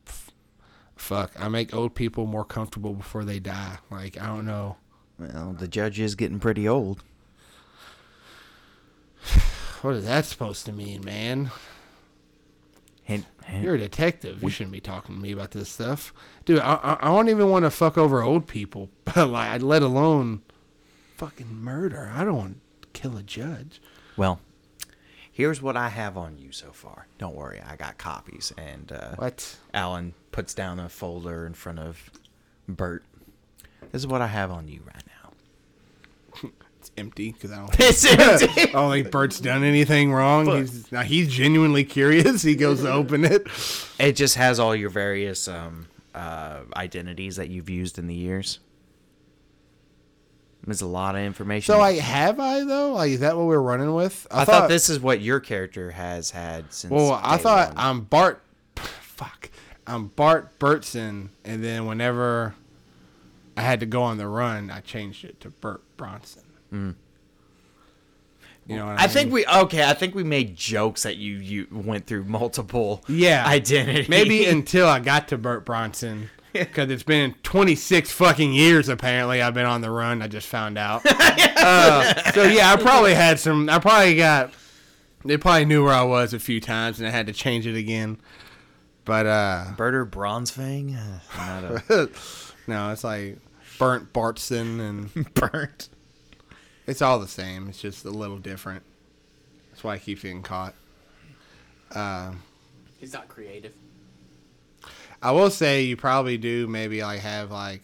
f- fuck, I make old people more comfortable before they die. Like I don't know. Well, the judge is getting pretty old. What is that supposed to mean, man? Hint, hint. You're a detective. You shouldn't be talking to me about this stuff, dude. I I, I don't even want to fuck over old people, but like, let alone fucking murder. I don't want to kill a judge. Well, here's what I have on you so far. Don't worry, I got copies. And uh, What? Alan puts down a folder in front of Bert. This is what I have on you right now. It's empty because I don't. It's empty. I don't think Bert's done anything wrong. He's now he's genuinely curious. He goes to open it. it just has all your various um, uh, identities that you've used in the years. There's a lot of information. So like, have I though? Like, is that what we're running with? I thought this is what your character has had since. Well, I day thought one. I'm Bart. Fuck, I'm Bart Bertson, and then whenever I had to go on the run, I changed it to Bert Bronson. You know, what I, I think mean? we okay. I think we made jokes that you you went through multiple Yeah. identities. maybe until I got to Bert Bronson. Because it's been 26 fucking years, apparently. I've been on the run. I just found out. Uh, so, yeah, I probably had some. I probably got. They probably knew where I was a few times and I had to change it again. But, uh, Birder Bronzefang. Uh, Not a no, it's like Burnt Bartson and burnt. it's all the same. It's just a little different. That's why I keep getting caught. He's not creative. I will say you probably do maybe like have like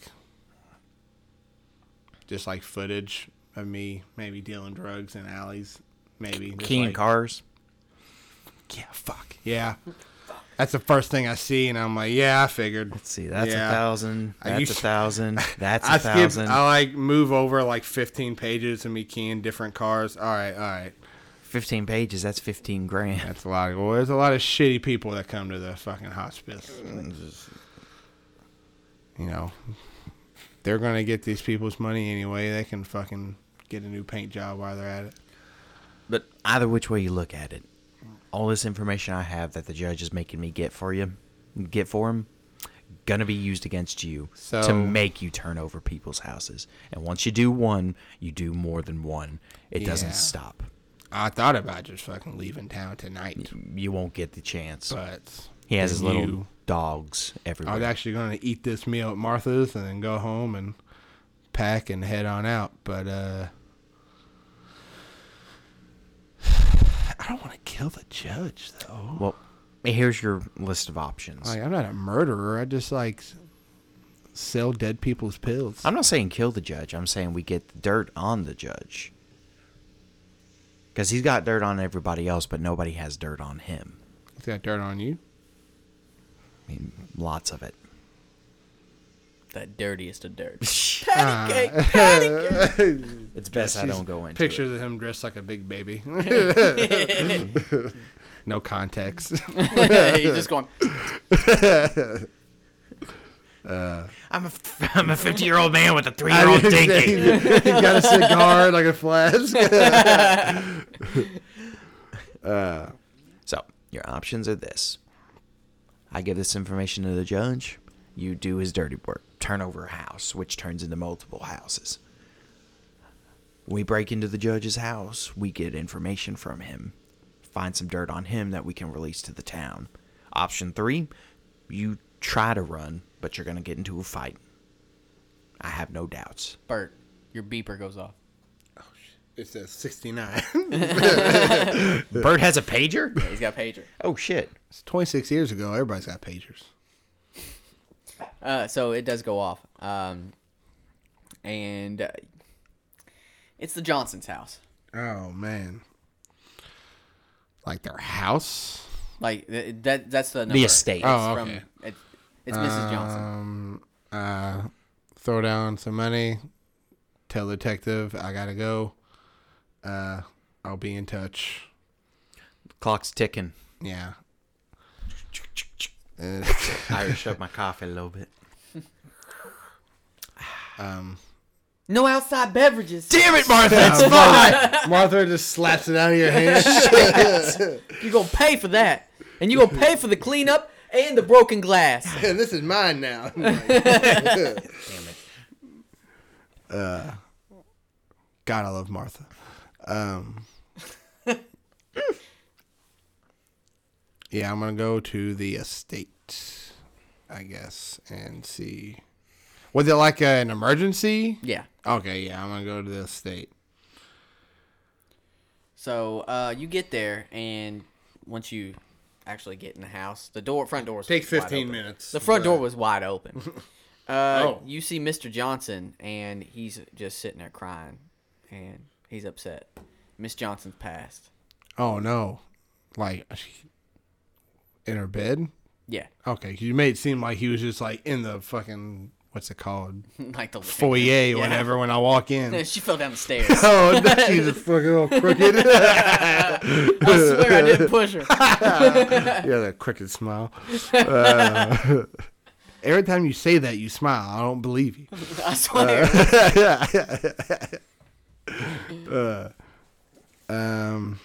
just like footage of me maybe dealing drugs in alleys. Maybe Just, Keen like, cars. Yeah, fuck. Yeah. That's the first thing I see and I'm like, yeah, I figured. Let's see. That's Yeah. a thousand. I That's a used- thousand. That's a I skip thousand. I like move over like fifteen pages of me keying different cars. All right, all right. Fifteen pages. That's fifteen grand. That's a lot of well, there's a lot of shitty people that come to the fucking hospice. You know. They're gonna get these people's money anyway. They can fucking get a new paint job while they're at it. But either which way you look at it, all this information I have that the judge is making me get for you, get for him, going to be used against you to So- make you turn over people's houses. And once you do one, you do more than one. It doesn't Yeah. stop. I thought about just fucking leaving town tonight, You won't get the chance. but he has his then little you- dogs I was everywhere. actually going to eat this meal at Martha's and then go home and pack and head on out, but uh I don't want to kill the judge though. well, here's your list of options. Like I'm not a murderer. I just like s- sell dead people's pills. I'm not saying kill the judge. I'm saying we get the dirt on the judge. Because he's got dirt on everybody else, but nobody has dirt on him. Is that dirt on you? I mean, lots of it. The dirtiest of dirt. Ah. It's best I don't go into Pictures of him dressed like a big baby. no context. He's just going. I'm a, f- I'm a 50 year old man with a three year old dinky. he got a cigar like a flask. So, your options are this I give this information to the judge. You do his dirty work. Turn over a house, which turns into multiple houses. We break into the judge's house. We get information from him. Find some dirt on him that we can release to the town. Option three you try to run, but you're going to get into a fight. I have no doubts. Bert, your beeper goes off. It says 69. Bert has a pager? He's got a pager. Oh, shit. it's 26 years ago. Everybody's got pagers. Uh, so it does go off. Um, and uh, it's the Johnson's house. Oh, man. Like their house? Like th- that. That's the number. estate. It's Oh, from- okay. it- it's Mrs. Johnson. Um, uh, throw down some money. Tell detective I gotta go. Uh, I'll be in touch. Clock's ticking. Yeah. I shove my coffee a little bit. Um, No outside beverages. Damn it, Martha! That's Martha just slaps it out of your hand. You gonna pay for that, and you gonna pay for the cleanup and the broken glass. this is mine now. Damn it. Uh, God, I love Martha. Um, yeah, I'm gonna go to the estate, I guess, and see. Was it like an emergency? Yeah. Okay, yeah, I'm gonna go to the estate. So uh, you get there, and once you actually get in the house, the door front door was Take wide 15 open. minutes, Oh. The front door but- was wide open. Uh, You see Mr. Johnson, and he's just sitting there crying, and he's upset. Miss Johnson's passed. Oh no, like she- in her bed. Yeah, Okay, 'cause you made it seem like he was just like in the fucking what's it called like the living foyer, room. or Yeah. whatever. When I walk in. she fell down the stairs. Oh, no, she's just fucking all crooked. I swear I didn't push her. Yeah, that crooked smile. Uh, every time you say that, you smile. I don't believe you. I swear. Um,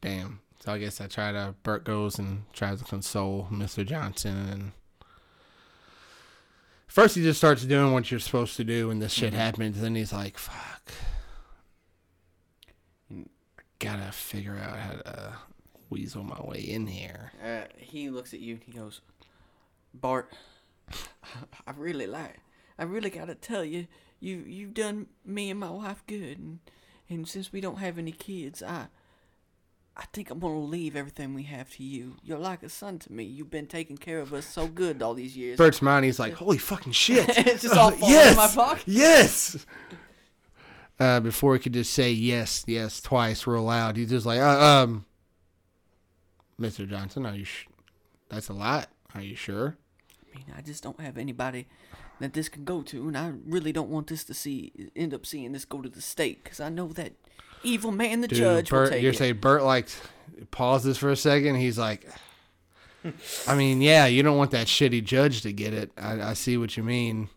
damn. So I guess I try to. Bert goes and tries to console Mister Johnson, and first he just starts doing what you're supposed to do, and this shit happens. Then he's like, "Fuck, gotta figure out how to weasel my way in here." Uh, he looks at you and he goes, Bart, I really like, I really gotta tell you, you you've done me and my wife good, and and since we don't have any kids, I, I think I'm gonna leave everything we have to you. You're like a son to me. You've been taking care of us so good all these years. Bert's mind, he's like, "Holy fucking shit!" It's just all Uh, falling in my pocket. Yes. Uh, before he could just say yes, yes twice real loud, he's just like, uh, um, Mr. Johnson, are you? Sh- that's a lot. Are you sure? I mean, I just don't have anybody that this can go to, and I really don't want this to see end up seeing this go to the state, because I know that evil man, the judge, will Bert, take you're it. saying Bert like pauses for a second. He's like, I mean, yeah, you don't want that shitty judge to get it. I, I see what you mean.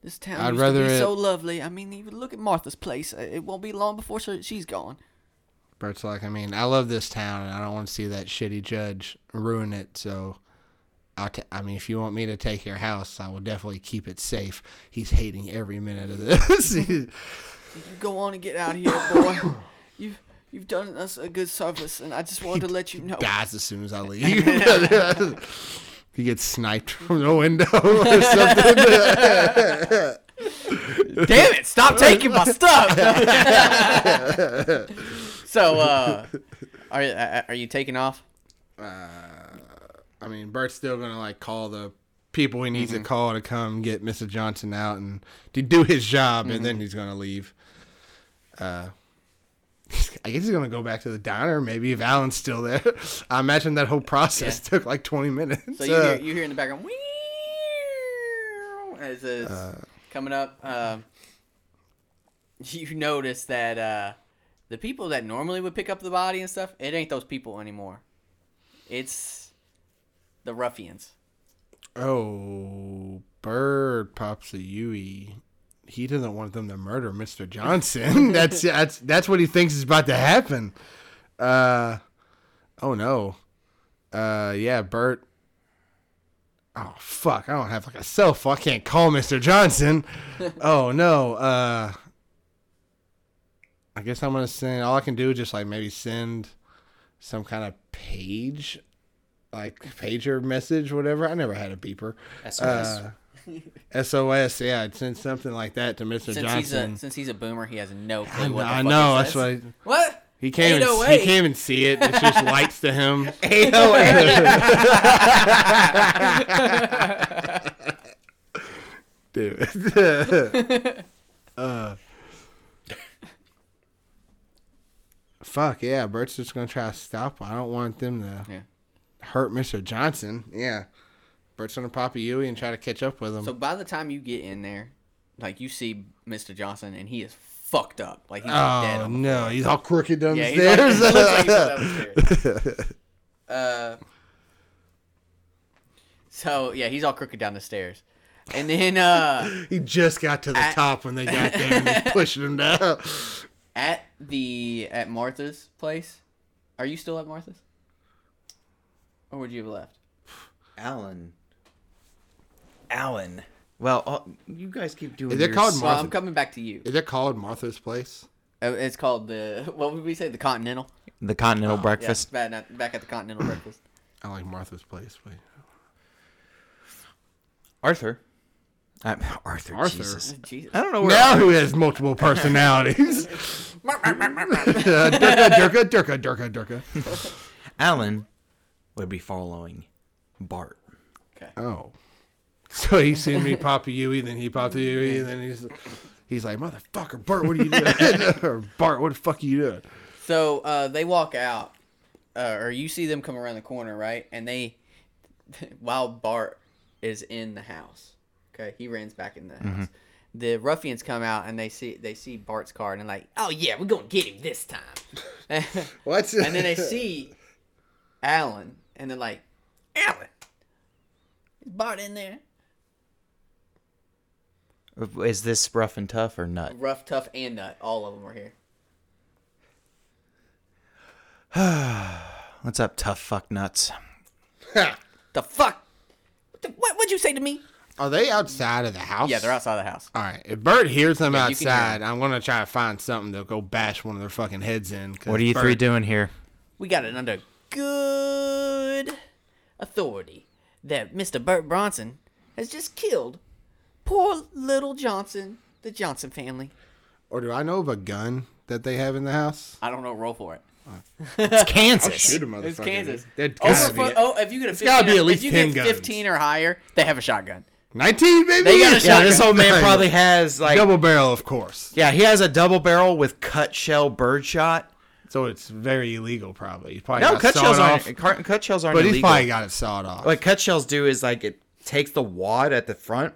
This town I'd used rather to be it- so lovely. I mean, even look at Martha's place. Uh, It won't be long before she- she's gone. Bert's like, I mean, I love this town, and I don't want to see that shitty judge ruin it. So, I'll ta- I mean, if you want me to take your house, I will definitely keep it safe. He's hating every minute of this. Go on and get out of here, boy. you've you've done us a good service, and I just wanted to let you know. dies as soon as I leave. he gets sniped from the window or something. Damn it! Stop taking my stuff. so, uh, are are- are you taking off? I mean, Bert's still gonna like call the people he Mm-hmm. needs to call to come get Mr. Johnson out and to do his job, and Mm-hmm. then he's gonna leave. Uh, I guess he's gonna go back to the diner. Maybe if Alan's still there, I imagine that whole process took like twenty minutes. So Uh, you hear, you hear in the background, "Wee-ow," as it's coming up. Um, you notice that uh, the people that normally would pick up the body and stuff, it ain't those people anymore. It's the ruffians. Uh, oh, Bird pops a Yui. He doesn't want them to murder Mr. Johnson. that's that's that's what he thinks is about to happen. Uh, oh no. Uh, yeah, Bert. Oh fuck! I don't have like a cell phone. I can't call Mister Johnson. oh no. Uh, I guess I'm gonna send. All I can do is just like maybe send some kind of page, like pager message, whatever. I never had a beeper. SOS. Uh, SOS. Yeah, I'd send something like that to Mister Since he's Johnson. a since he's a boomer, he has no I clue know. what the I fuck know it that's says. why What? he can't. Even, he 808. can't even see it. It's just lights to him. Dude. Uh, fuck yeah, Bert's just gonna try to stop. I don't want them to Yeah. hurt Mister Johnson. Yeah, Bert's gonna pop a Yui and try to catch up with him. So by the time you get in there, like you see Mr. Johnson, and he is fucked up. Like he's dead. oh on the no, he's all crooked down Yeah, the he's like, stairs. it looks like he's upstairs. uh, so yeah, he's all crooked down the stairs, and then uh, he just got to the I- top when they got there and they pushing him down. at the at Martha's place, are you still at Martha's, or would you have left? Alan. Alan. Well, all, you guys keep doing. They're your called s- Well, I'm Martha- coming back to you. Is it called Martha's Place? Uh, It's called the what would we say? The Continental. the Continental Yeah, Breakfast. back at, back at the Continental breakfast. I like Martha's Place. But... Arthur. i Uh, Arthur. Arthur? Jesus. Jesus. I don't know where. Now who has multiple personalities? durka, durka, durka, durka, durka. Alan would be following Bart. Oh. So he seen me pop a Yui, then he popped a Yui, and then he's he's like, motherfucker, Bart, what are you doing? or, Bart, what the fuck are you doing? So uh, they walk out, uh, or you see them come around the corner, right? And they, while Bart is in the house, okay, he runs back in the house. The ruffians come out and they see they see Bart's car and they're like, "Oh yeah, we're gonna get him this time." and What? then they see Alan and they're like, "Alan, is Bart in there?" Is this rough and tough or nut? Rough, tough, and nut. All of them are here. What's up, tough fuck nuts? The fuck? What the- What would you say to me? Are they outside of the house? Yeah, they're outside the house. All right. If Bert hears them Yeah, you can hear outside, I'm gonna try to find something to go bash one of their fucking heads in. 'cause What are you Bert- three doing here? We got it under good authority that Mr. Bert Bronson has just killed poor little Johnson, the Johnson family. Or do I know of a gun that they have in the house? I don't know. Roll for it. It's Kansas. Shoot a motherfucker. It's Kansas. There'd Over gotta be fu- it. oh, if you get a 15, gotta be at or- least if you 10 get guns. 15 or higher, they have a shotgun. 19, baby. They got a yeah, shotgun. this old man probably has like. double barrel, of course. Yeah, he has a double barrel with cut shell birdshot. So it's very illegal, probably. He's probably No, got cut sawed shells off, aren't. Car- cut shells aren't but he's illegal. probably got it sawed off. what cut shells do is like it takes the wad at the front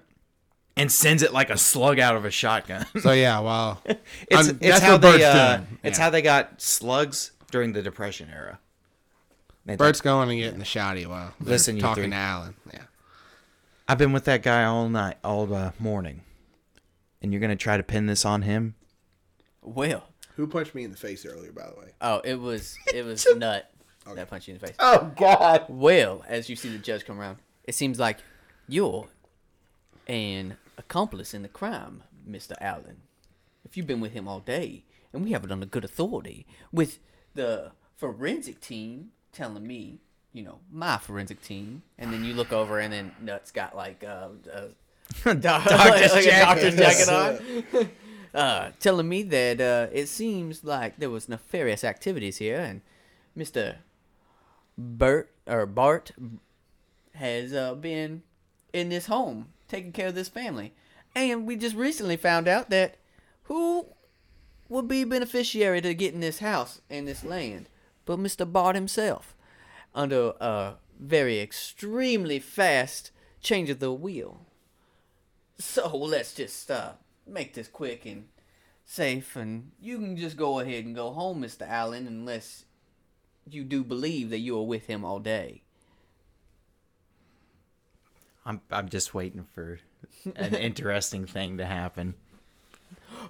and sends it like a slug out of a shotgun. so yeah, wow. it's, it's it's how they uh, doing. it's Yeah. how they got slugs during the Depression era. They- Bert's going and getting the shotty while they're Listen, you talking three. to Alan. Yeah. I've been with that guy all night, all uh, morning, and you're gonna try to pin this on him. Well, Who punched me in the face earlier, by the way? oh, it was it was nut that punched you in the face. Oh God. Well, as you see the judge come around, It seems like you're an accomplice in the crime, Mr. Allen. If you've been with him all day, and we have it under good authority, with the forensic team telling me, you know, my forensic team, and then you look over, and then Nuts got like uh, uh, doctor's, jacket. doctor's jacket on. Uh, telling me that uh, it seems like there was nefarious activities here, and Mister Bert or Bart has uh, been in this home taking care of this family, and we just recently found out that who would be beneficiary to getting this house and this land but Mr. Bart himself under a very extremely fast change of the wheel. So let's just uh, make this quick and safe, and you can just go ahead and go home, Mr. Allen, unless you do believe that you are with him all day. I'm I'm just waiting for an interesting thing to happen.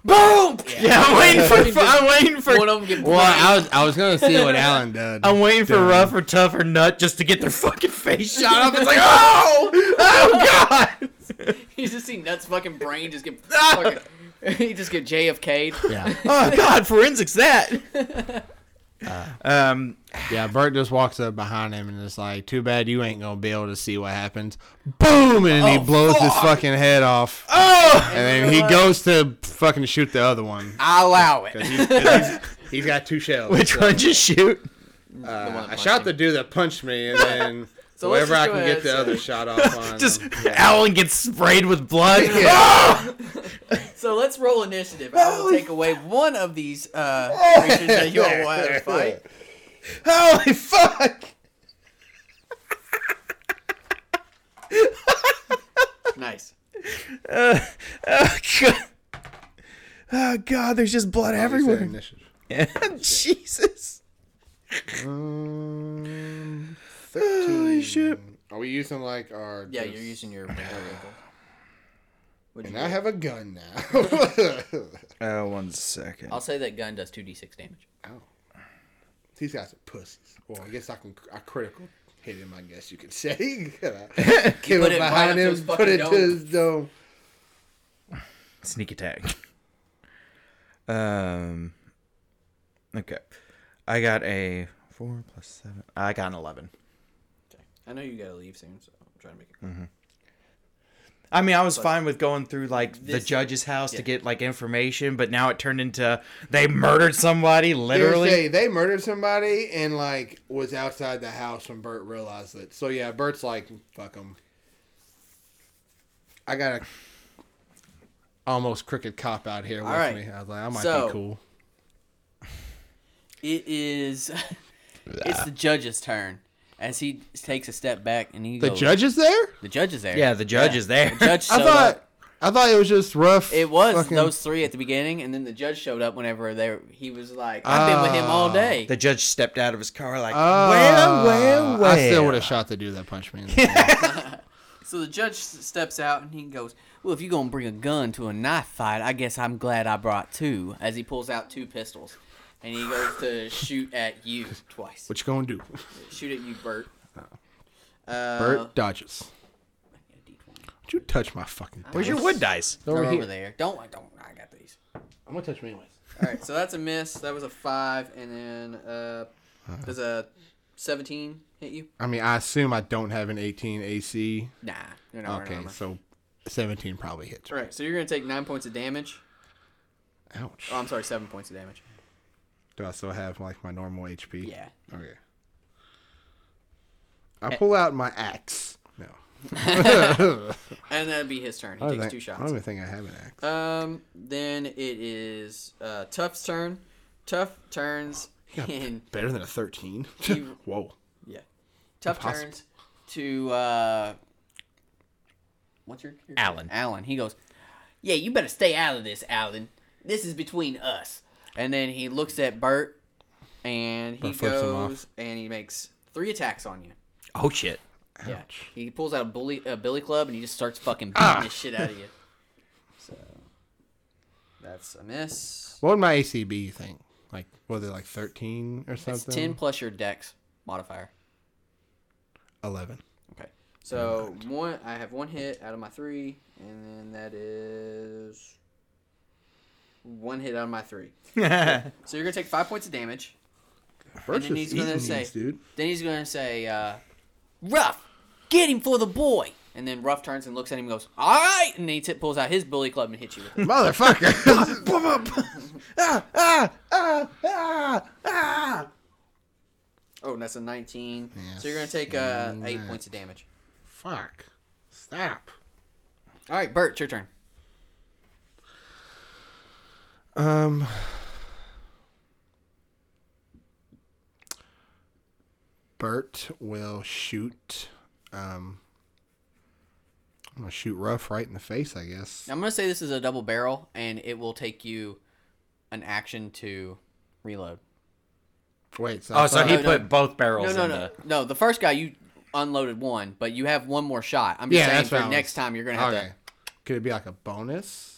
Boom! Yeah, I'm waiting for I'm waiting for One of them get Well, I was I was gonna see what Alan did. I'm waiting for rough or tough or nut just to get their fucking face shot off. It's like "Ah!" oh oh god. You just see Nuts' fucking brain just get fucking. he just get JFK'd. yeah, oh god, forensics that. um, yeah. Bert just walks up behind him and is like, "Too bad you ain't gonna be able to see what happens." Boom, and Oh, then he blows his fucking head off, oh, and then he goes to fucking shoot the other one. I allow it. He's, 'cause he's- he's got two shells. which one just shoot? Uh, one that I punched shot him. the dude that punched me, and then So let's wherever I just can go get the ahead, other shot off on. um, Just him. Alan gets sprayed with blood. So let's roll initiative. I will take away one of these uh, creatures that you all want to fight. Holy fuck! Nice. Oh god. Oh god, there's just blood everywhere. Initiative. Jesus. Um, Holy shit. Are we using like our? Yeah, just- you're using your vehicle. Would And you I have a gun now. Oh, one second. I'll say that gun does 2d6 damage. Ow. These guys are pussies. Well, I guess I can I critical hit him. I guess you could say. Came put up it right up behind to him, his put fucking it dome. to his dome. Sneak attack. Um. Okay. I got a four plus seven. I got an eleven. Okay. I know you gotta leave soon, so I'm trying to make it. I mean, I was fine with going through like the This- judge's house yeah. to get like information, but now it turned into they murdered somebody. Literally, Hearsay, they murdered somebody and like was outside the house when Bert realized it. So yeah, Bert's like, fuck him. I got a almost crooked cop out here with right. me. I was like, I might So- be cool. It is. it's the judge's turn as he takes a step back and he The goes. judge is there. The judge is there. yeah, the judge Yeah. is there. Judge I showed thought. up. I thought it was just rough. It was fucking- those three at the beginning, and then the judge showed up whenever they he was like, "I've been with him all Ah. day." the judge stepped out of his car like, Ah, well, well, well. Uh, I still would have shot the dude that punched me. In the face. So the judge s- steps out and he goes, "Well, if you're gonna bring a gun to a knife fight, I guess I'm glad I brought two." As he pulls out two pistols, and he goes to shoot at you twice. what you gonna do? Shoot at you, Bert. Uh, Bert dodges. Don't you touch my fucking Where's your wood dice? They're over over, here. there. Don't I don't I got these. I'm gonna touch me anyways. All right, so that's a miss. That was a five, and then uh, Uh-huh. does a seventeen hit you? I mean, I assume I don't have an 18 AC. Nah, you're not wearing Okay, armor. so 17 probably hits. All right, so you're gonna take nine points of damage. Ouch. Oh, I'm sorry, seven points of damage. Do I still have like my normal HP? Yeah. Eh. Okay. I pull out my axe. No. And that'd be his turn. He I don't takes think- two shots. I don't even think I have an axe. Um, then it is uh, Tough's turn. Tough turns in Better than a 13. You- Whoa. yeah, tough Impossible. turns to uh, what's your, your Alan. Alan. He goes, yeah, you better stay out of this, Alan. This is between us. And then he looks at Bert, and he Bert flips him off. goes and he makes three attacks on you. Oh shit. Yeah, Ouch. he pulls out a bully a billy club and he just starts fucking Ah! beating the shit out of you. So that's a miss. What would my AC be, you think? Like, was it like 13 or It's something? ten plus your dex modifier. 11. Okay. So one, I have one hit out of my three, and then that is one hit out of my three. So you're gonna take five points of damage. First then is he's gonna eating say- these, dude. Then he's gonna say, uh, "Ruff, get him for the boy." And then Ruff turns and looks at him and goes, "All right." And then he t- pulls out his bully club and hits you with it. Motherfucker. ah, ah, ah, ah, ah. Oh, and that's a 19. So you're gonna Yes. take uh, eight Mm. points of damage. Fuck. Stop. All right, Bert, your turn. Um. Bert will shoot. Um, I'm gonna shoot Ruff right in the face, I guess. I'm gonna say this is a double barrel, and it will take you an action to reload. Wait, so I Oh, so thought- he no, put no. both barrels No, no, in no, the. no. The first guy you unloaded one, but you have one more shot. I'm just Yeah, saying that's for what I was- next time you're gonna have okay. Could it be like a bonus?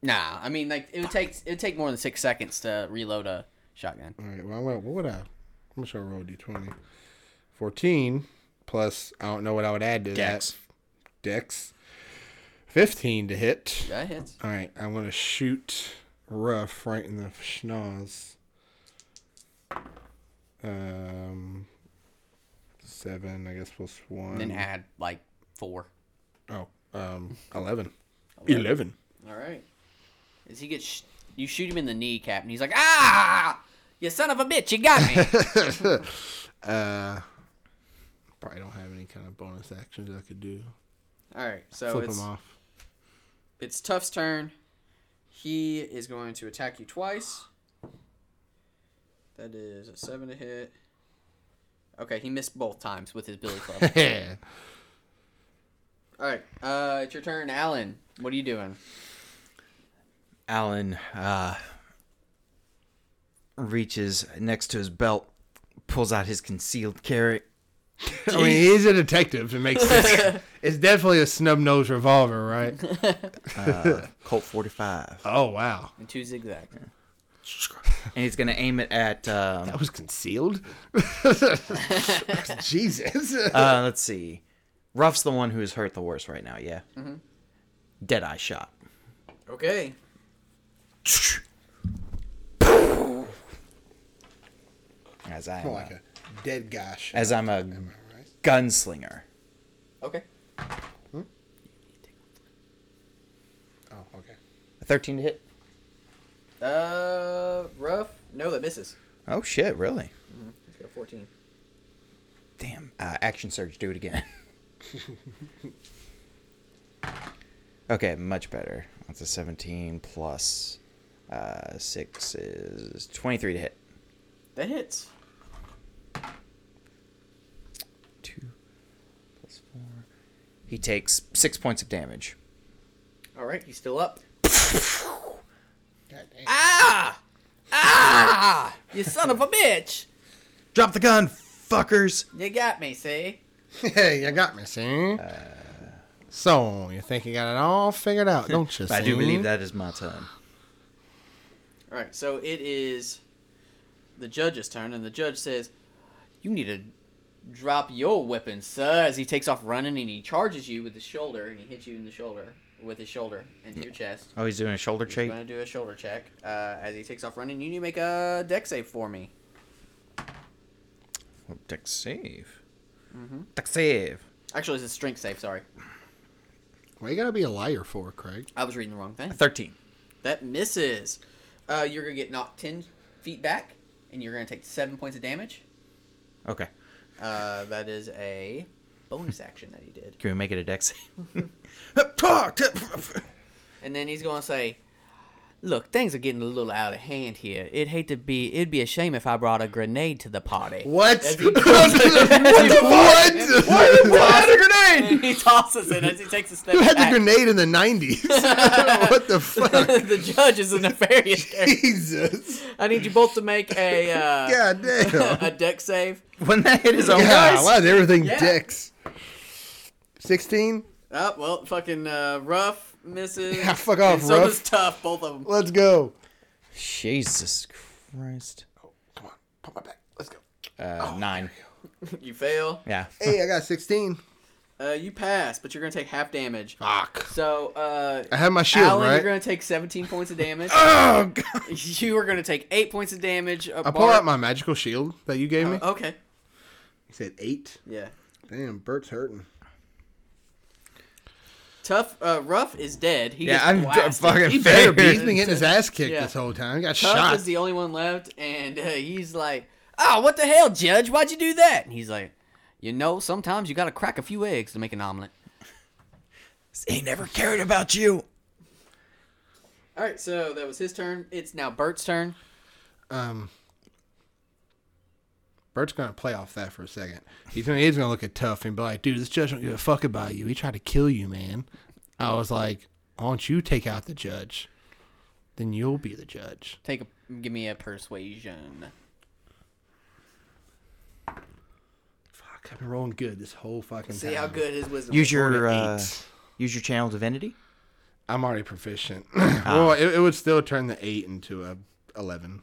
to. Nah, I mean like it would take it would take more than six seconds to reload a shotgun. All right. Well, I'm gonna, what would I? I'm gonna show roll d d20. 14 plus I don't know what I would add to Dex. that. Dex. 15 to hit. That hits. All right, I'm gonna shoot Ruff right in the schnoz. Um, seven, I guess plus one. And then add like four. oh, um, eleven. Eleven. All right. As he gets, sh- you shoot him in the kneecap, and he's like, "Ah, you son of a bitch, you got me." Uh, probably don't have any kind of bonus actions I could do. All right, so Flip it's him off. it's Tuff's turn. He is going to attack you twice. That is a seven to hit. Okay, he missed both times with his billy club. Yeah. All right, uh, it's your turn, Alan. What are you doing? Alan uh, reaches next to his belt, pulls out his concealed carry. I mean, he's a detective. It makes sense. it's definitely a snub nosed revolver, right? uh, Colt 45. Oh wow, And two zigzag. And he's going to aim it at, um, that was concealed. Jesus. uh, let's see. Ruff's the one who's hurt the worst right now, yeah? Mm-hmm. Deadeye shot. Okay. As I am, Kinda like a dead guy. shot. as I'm a Right. gunslinger. Okay. Oh, okay. A 13 to hit. Uh, rough. No, that misses. Oh, shit, really? Let's go fourteen. Damn. Uh, action surge, do it again. okay, much better. That's a 17 plus uh, 6 is 23 to hit. That hits. 2 plus 4. He takes 6 points of damage. All right, he's still up. God damn. Ah! Ah! You son of a bitch! Drop the gun, fuckers! You got me, see? Hey, you got me, see? Uh, so, you think you got it all figured out, don't you, I do see? believe that is my turn. Alright, so it is the judge's turn, and the judge says, You need to drop your weapon, sir, as he takes off running and he charges you with his shoulder, and he hits you in the shoulder, with his shoulder, into your chest. Oh, he's doing a shoulder I'm check? gonna do a shoulder check. Uh, as he takes off running, you need to make a deck save for me. Deck save. Mm-hmm. Deck save. Actually, it's a strength save, sorry. What you gotta be a liar for, Craig? I was reading the wrong thing. 13. That misses. Uh, you're gonna get knocked ten feet back, and you're gonna take seven points of damage. Okay. Uh, that is a bonus action that he did. Can we make it a deck save? And then he's gonna say, "Look, things are getting a little out of hand here. It'd hate to be. It'd be a shame if I brought a grenade to the party." What? As what he- the fuck? What? a grenade! he tosses it as he takes a step Who had the back. grenade in the 90s? what the fuck? the judge is a nefarious character. Jesus. I need you both to make a uh, God damn. a deck save. When that hit his own Yeah, guys. why is everything Yeah. dicks? 16? Oh well, fucking uh, rough misses. Yeah, fuck off, and so Ruff. does tough. Both of them. Let's go. Jesus Christ. Oh, Come on. Put my back. Let's go. Uh, nine. You fail. Yeah. Hey, I got 16. Uh, you pass, but you're gonna take half damage. Fuck. So, uh, I have my shield, Alan, right? you're gonna take 17 points of damage. Oh, God. you are gonna take eight points of damage. Uh, I pull out my magical shield that you gave me. Okay. He said eight. Yeah. Damn, Bert's hurting. Tough. Uh, rough is dead. He Yeah, gets I'm d- blasted. fucking He better be. figured. He's been getting his ass kicked Yeah. this whole time. He got Tough shot. is the only one left, and uh, he's like, "Oh, what the hell, Judge? Why'd you do that?" And he's like, "You know, sometimes you gotta crack a few eggs to make an omelet." He never cared about you. All right, so that was his turn. It's now Bert's turn. um, Bert's gonna play off that for a second. He's gonna he's gonna look at tough and be like, dude, this judge don't give a fuck about you. He tried to kill you, man. I was like, why don't you take out the judge? Then you'll be the judge. Take a, give me a persuasion. Fuck, I've been rolling good this whole fucking See how good his wisdom. Um, Use is. your Eight. uh, use your channel divinity. I'm already proficient. well, it, it would still turn the eight into a eleven.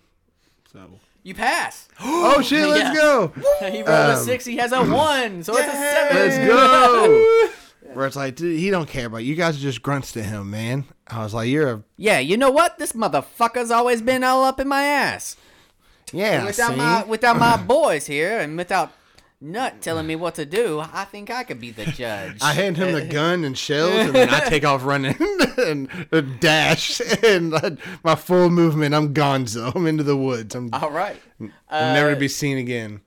So. You pass. oh shit! Yeah. Let's go. he rolled Um, a six. He has a one, so it's a seven. Let's go. Where it's like, dude, he don't care about you. you guys. Are just grunts to him, man. I was like, you're a Yeah, you know what? This motherfucker's always been all up in my ass. yeah. Without see? my without my boys here and without Nut telling me what to do, I think I could be the judge. I hand him the gun and shells, and then I take off running and, and dash, and I, my full movement. I'm Gonzo. I'm into the woods. I'm all right. never uh, to be seen again.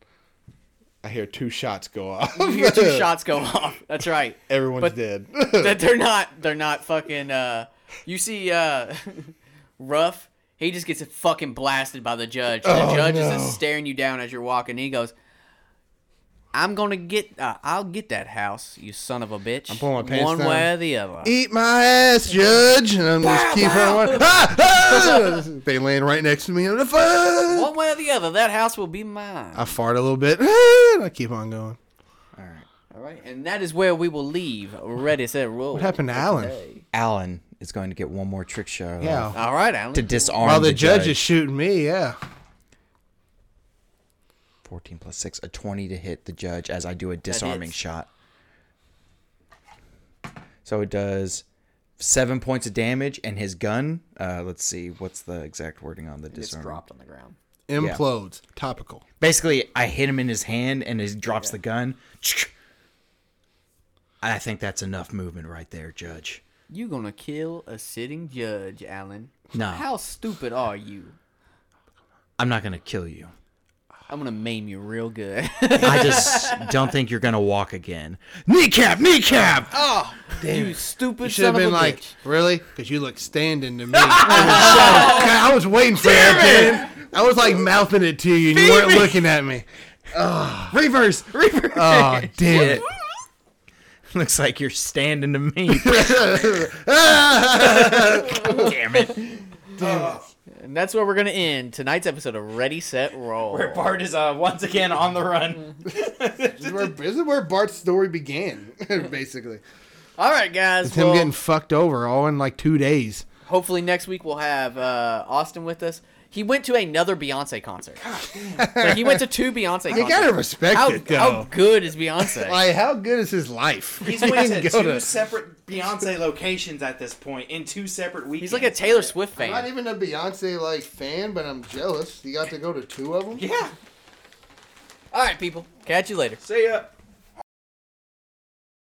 I hear two shots go off. Your two shots go off. That's right. Everyone's but- dead. that they're not they're not fucking uh you see uh rough he just gets fucking blasted by the judge the Oh, judge is no. just staring you down as you're walking he goes i'm gonna get uh, i'll get that house you son of a bitch i'm pulling my pants one down. E way or the other Eat my ass, Judge. And I'm just keep on. Ah, ah! They land right next to me. I'm like, "Fuck!" one way or the other that house will be mine I fart a little bit. Ah, and I keep on going. all right and that is where we will leave ready set roll What happened to Alan? Alan is going to get one more trick shot. Yeah. all right alan To disarm While the judge. judge is shooting me, yeah. 14 plus 6, a 20 to hit the judge as I do a disarming hits. shot. So it does 7 points of damage, and his gun, uh, let's see, what's the exact wording on the it's disarm? dropped on the ground Implodes. Topical. Basically, I hit him in his hand, and he drops the gun. I think that's enough movement right there, Judge. you gonna kill a sitting judge alan No. how stupid are you I'm not going to kill you. I'm gonna maim you real good. I just don't think you're going to walk again. Kneecap! Kneecap! oh, you stupid should have son of been a like, bitch. really? Because you look standing to me. And so, God, I was waiting for that, man. I was like mouthing it to you, and you weren't looking at me. Reverse! Reverse! Oh, damn it. Looks like you're standing to me. Damn it. And that's where we're gonna end tonight's episode of Ready Set Roll. Bart is uh, once again on the run. This is, where, this is where Bart's story began, basically. All right, guys. It's him well, getting fucked over all in like two days. hopefully next week we'll have uh, Austin with us. He went to another Beyonce concert. Like, he went to two Beyonce. You concerts. gotta respect how, it, though. how good is Beyonce? like, how good is his life? He's He went can to go two separate Beyonce locations at this point in two separate weeks. He's like a Taylor Swift I'm not fan. even a Beyonce like fan, but I'm jealous. You got to go to two of them. Yeah. All right, people. Catch you later. See ya.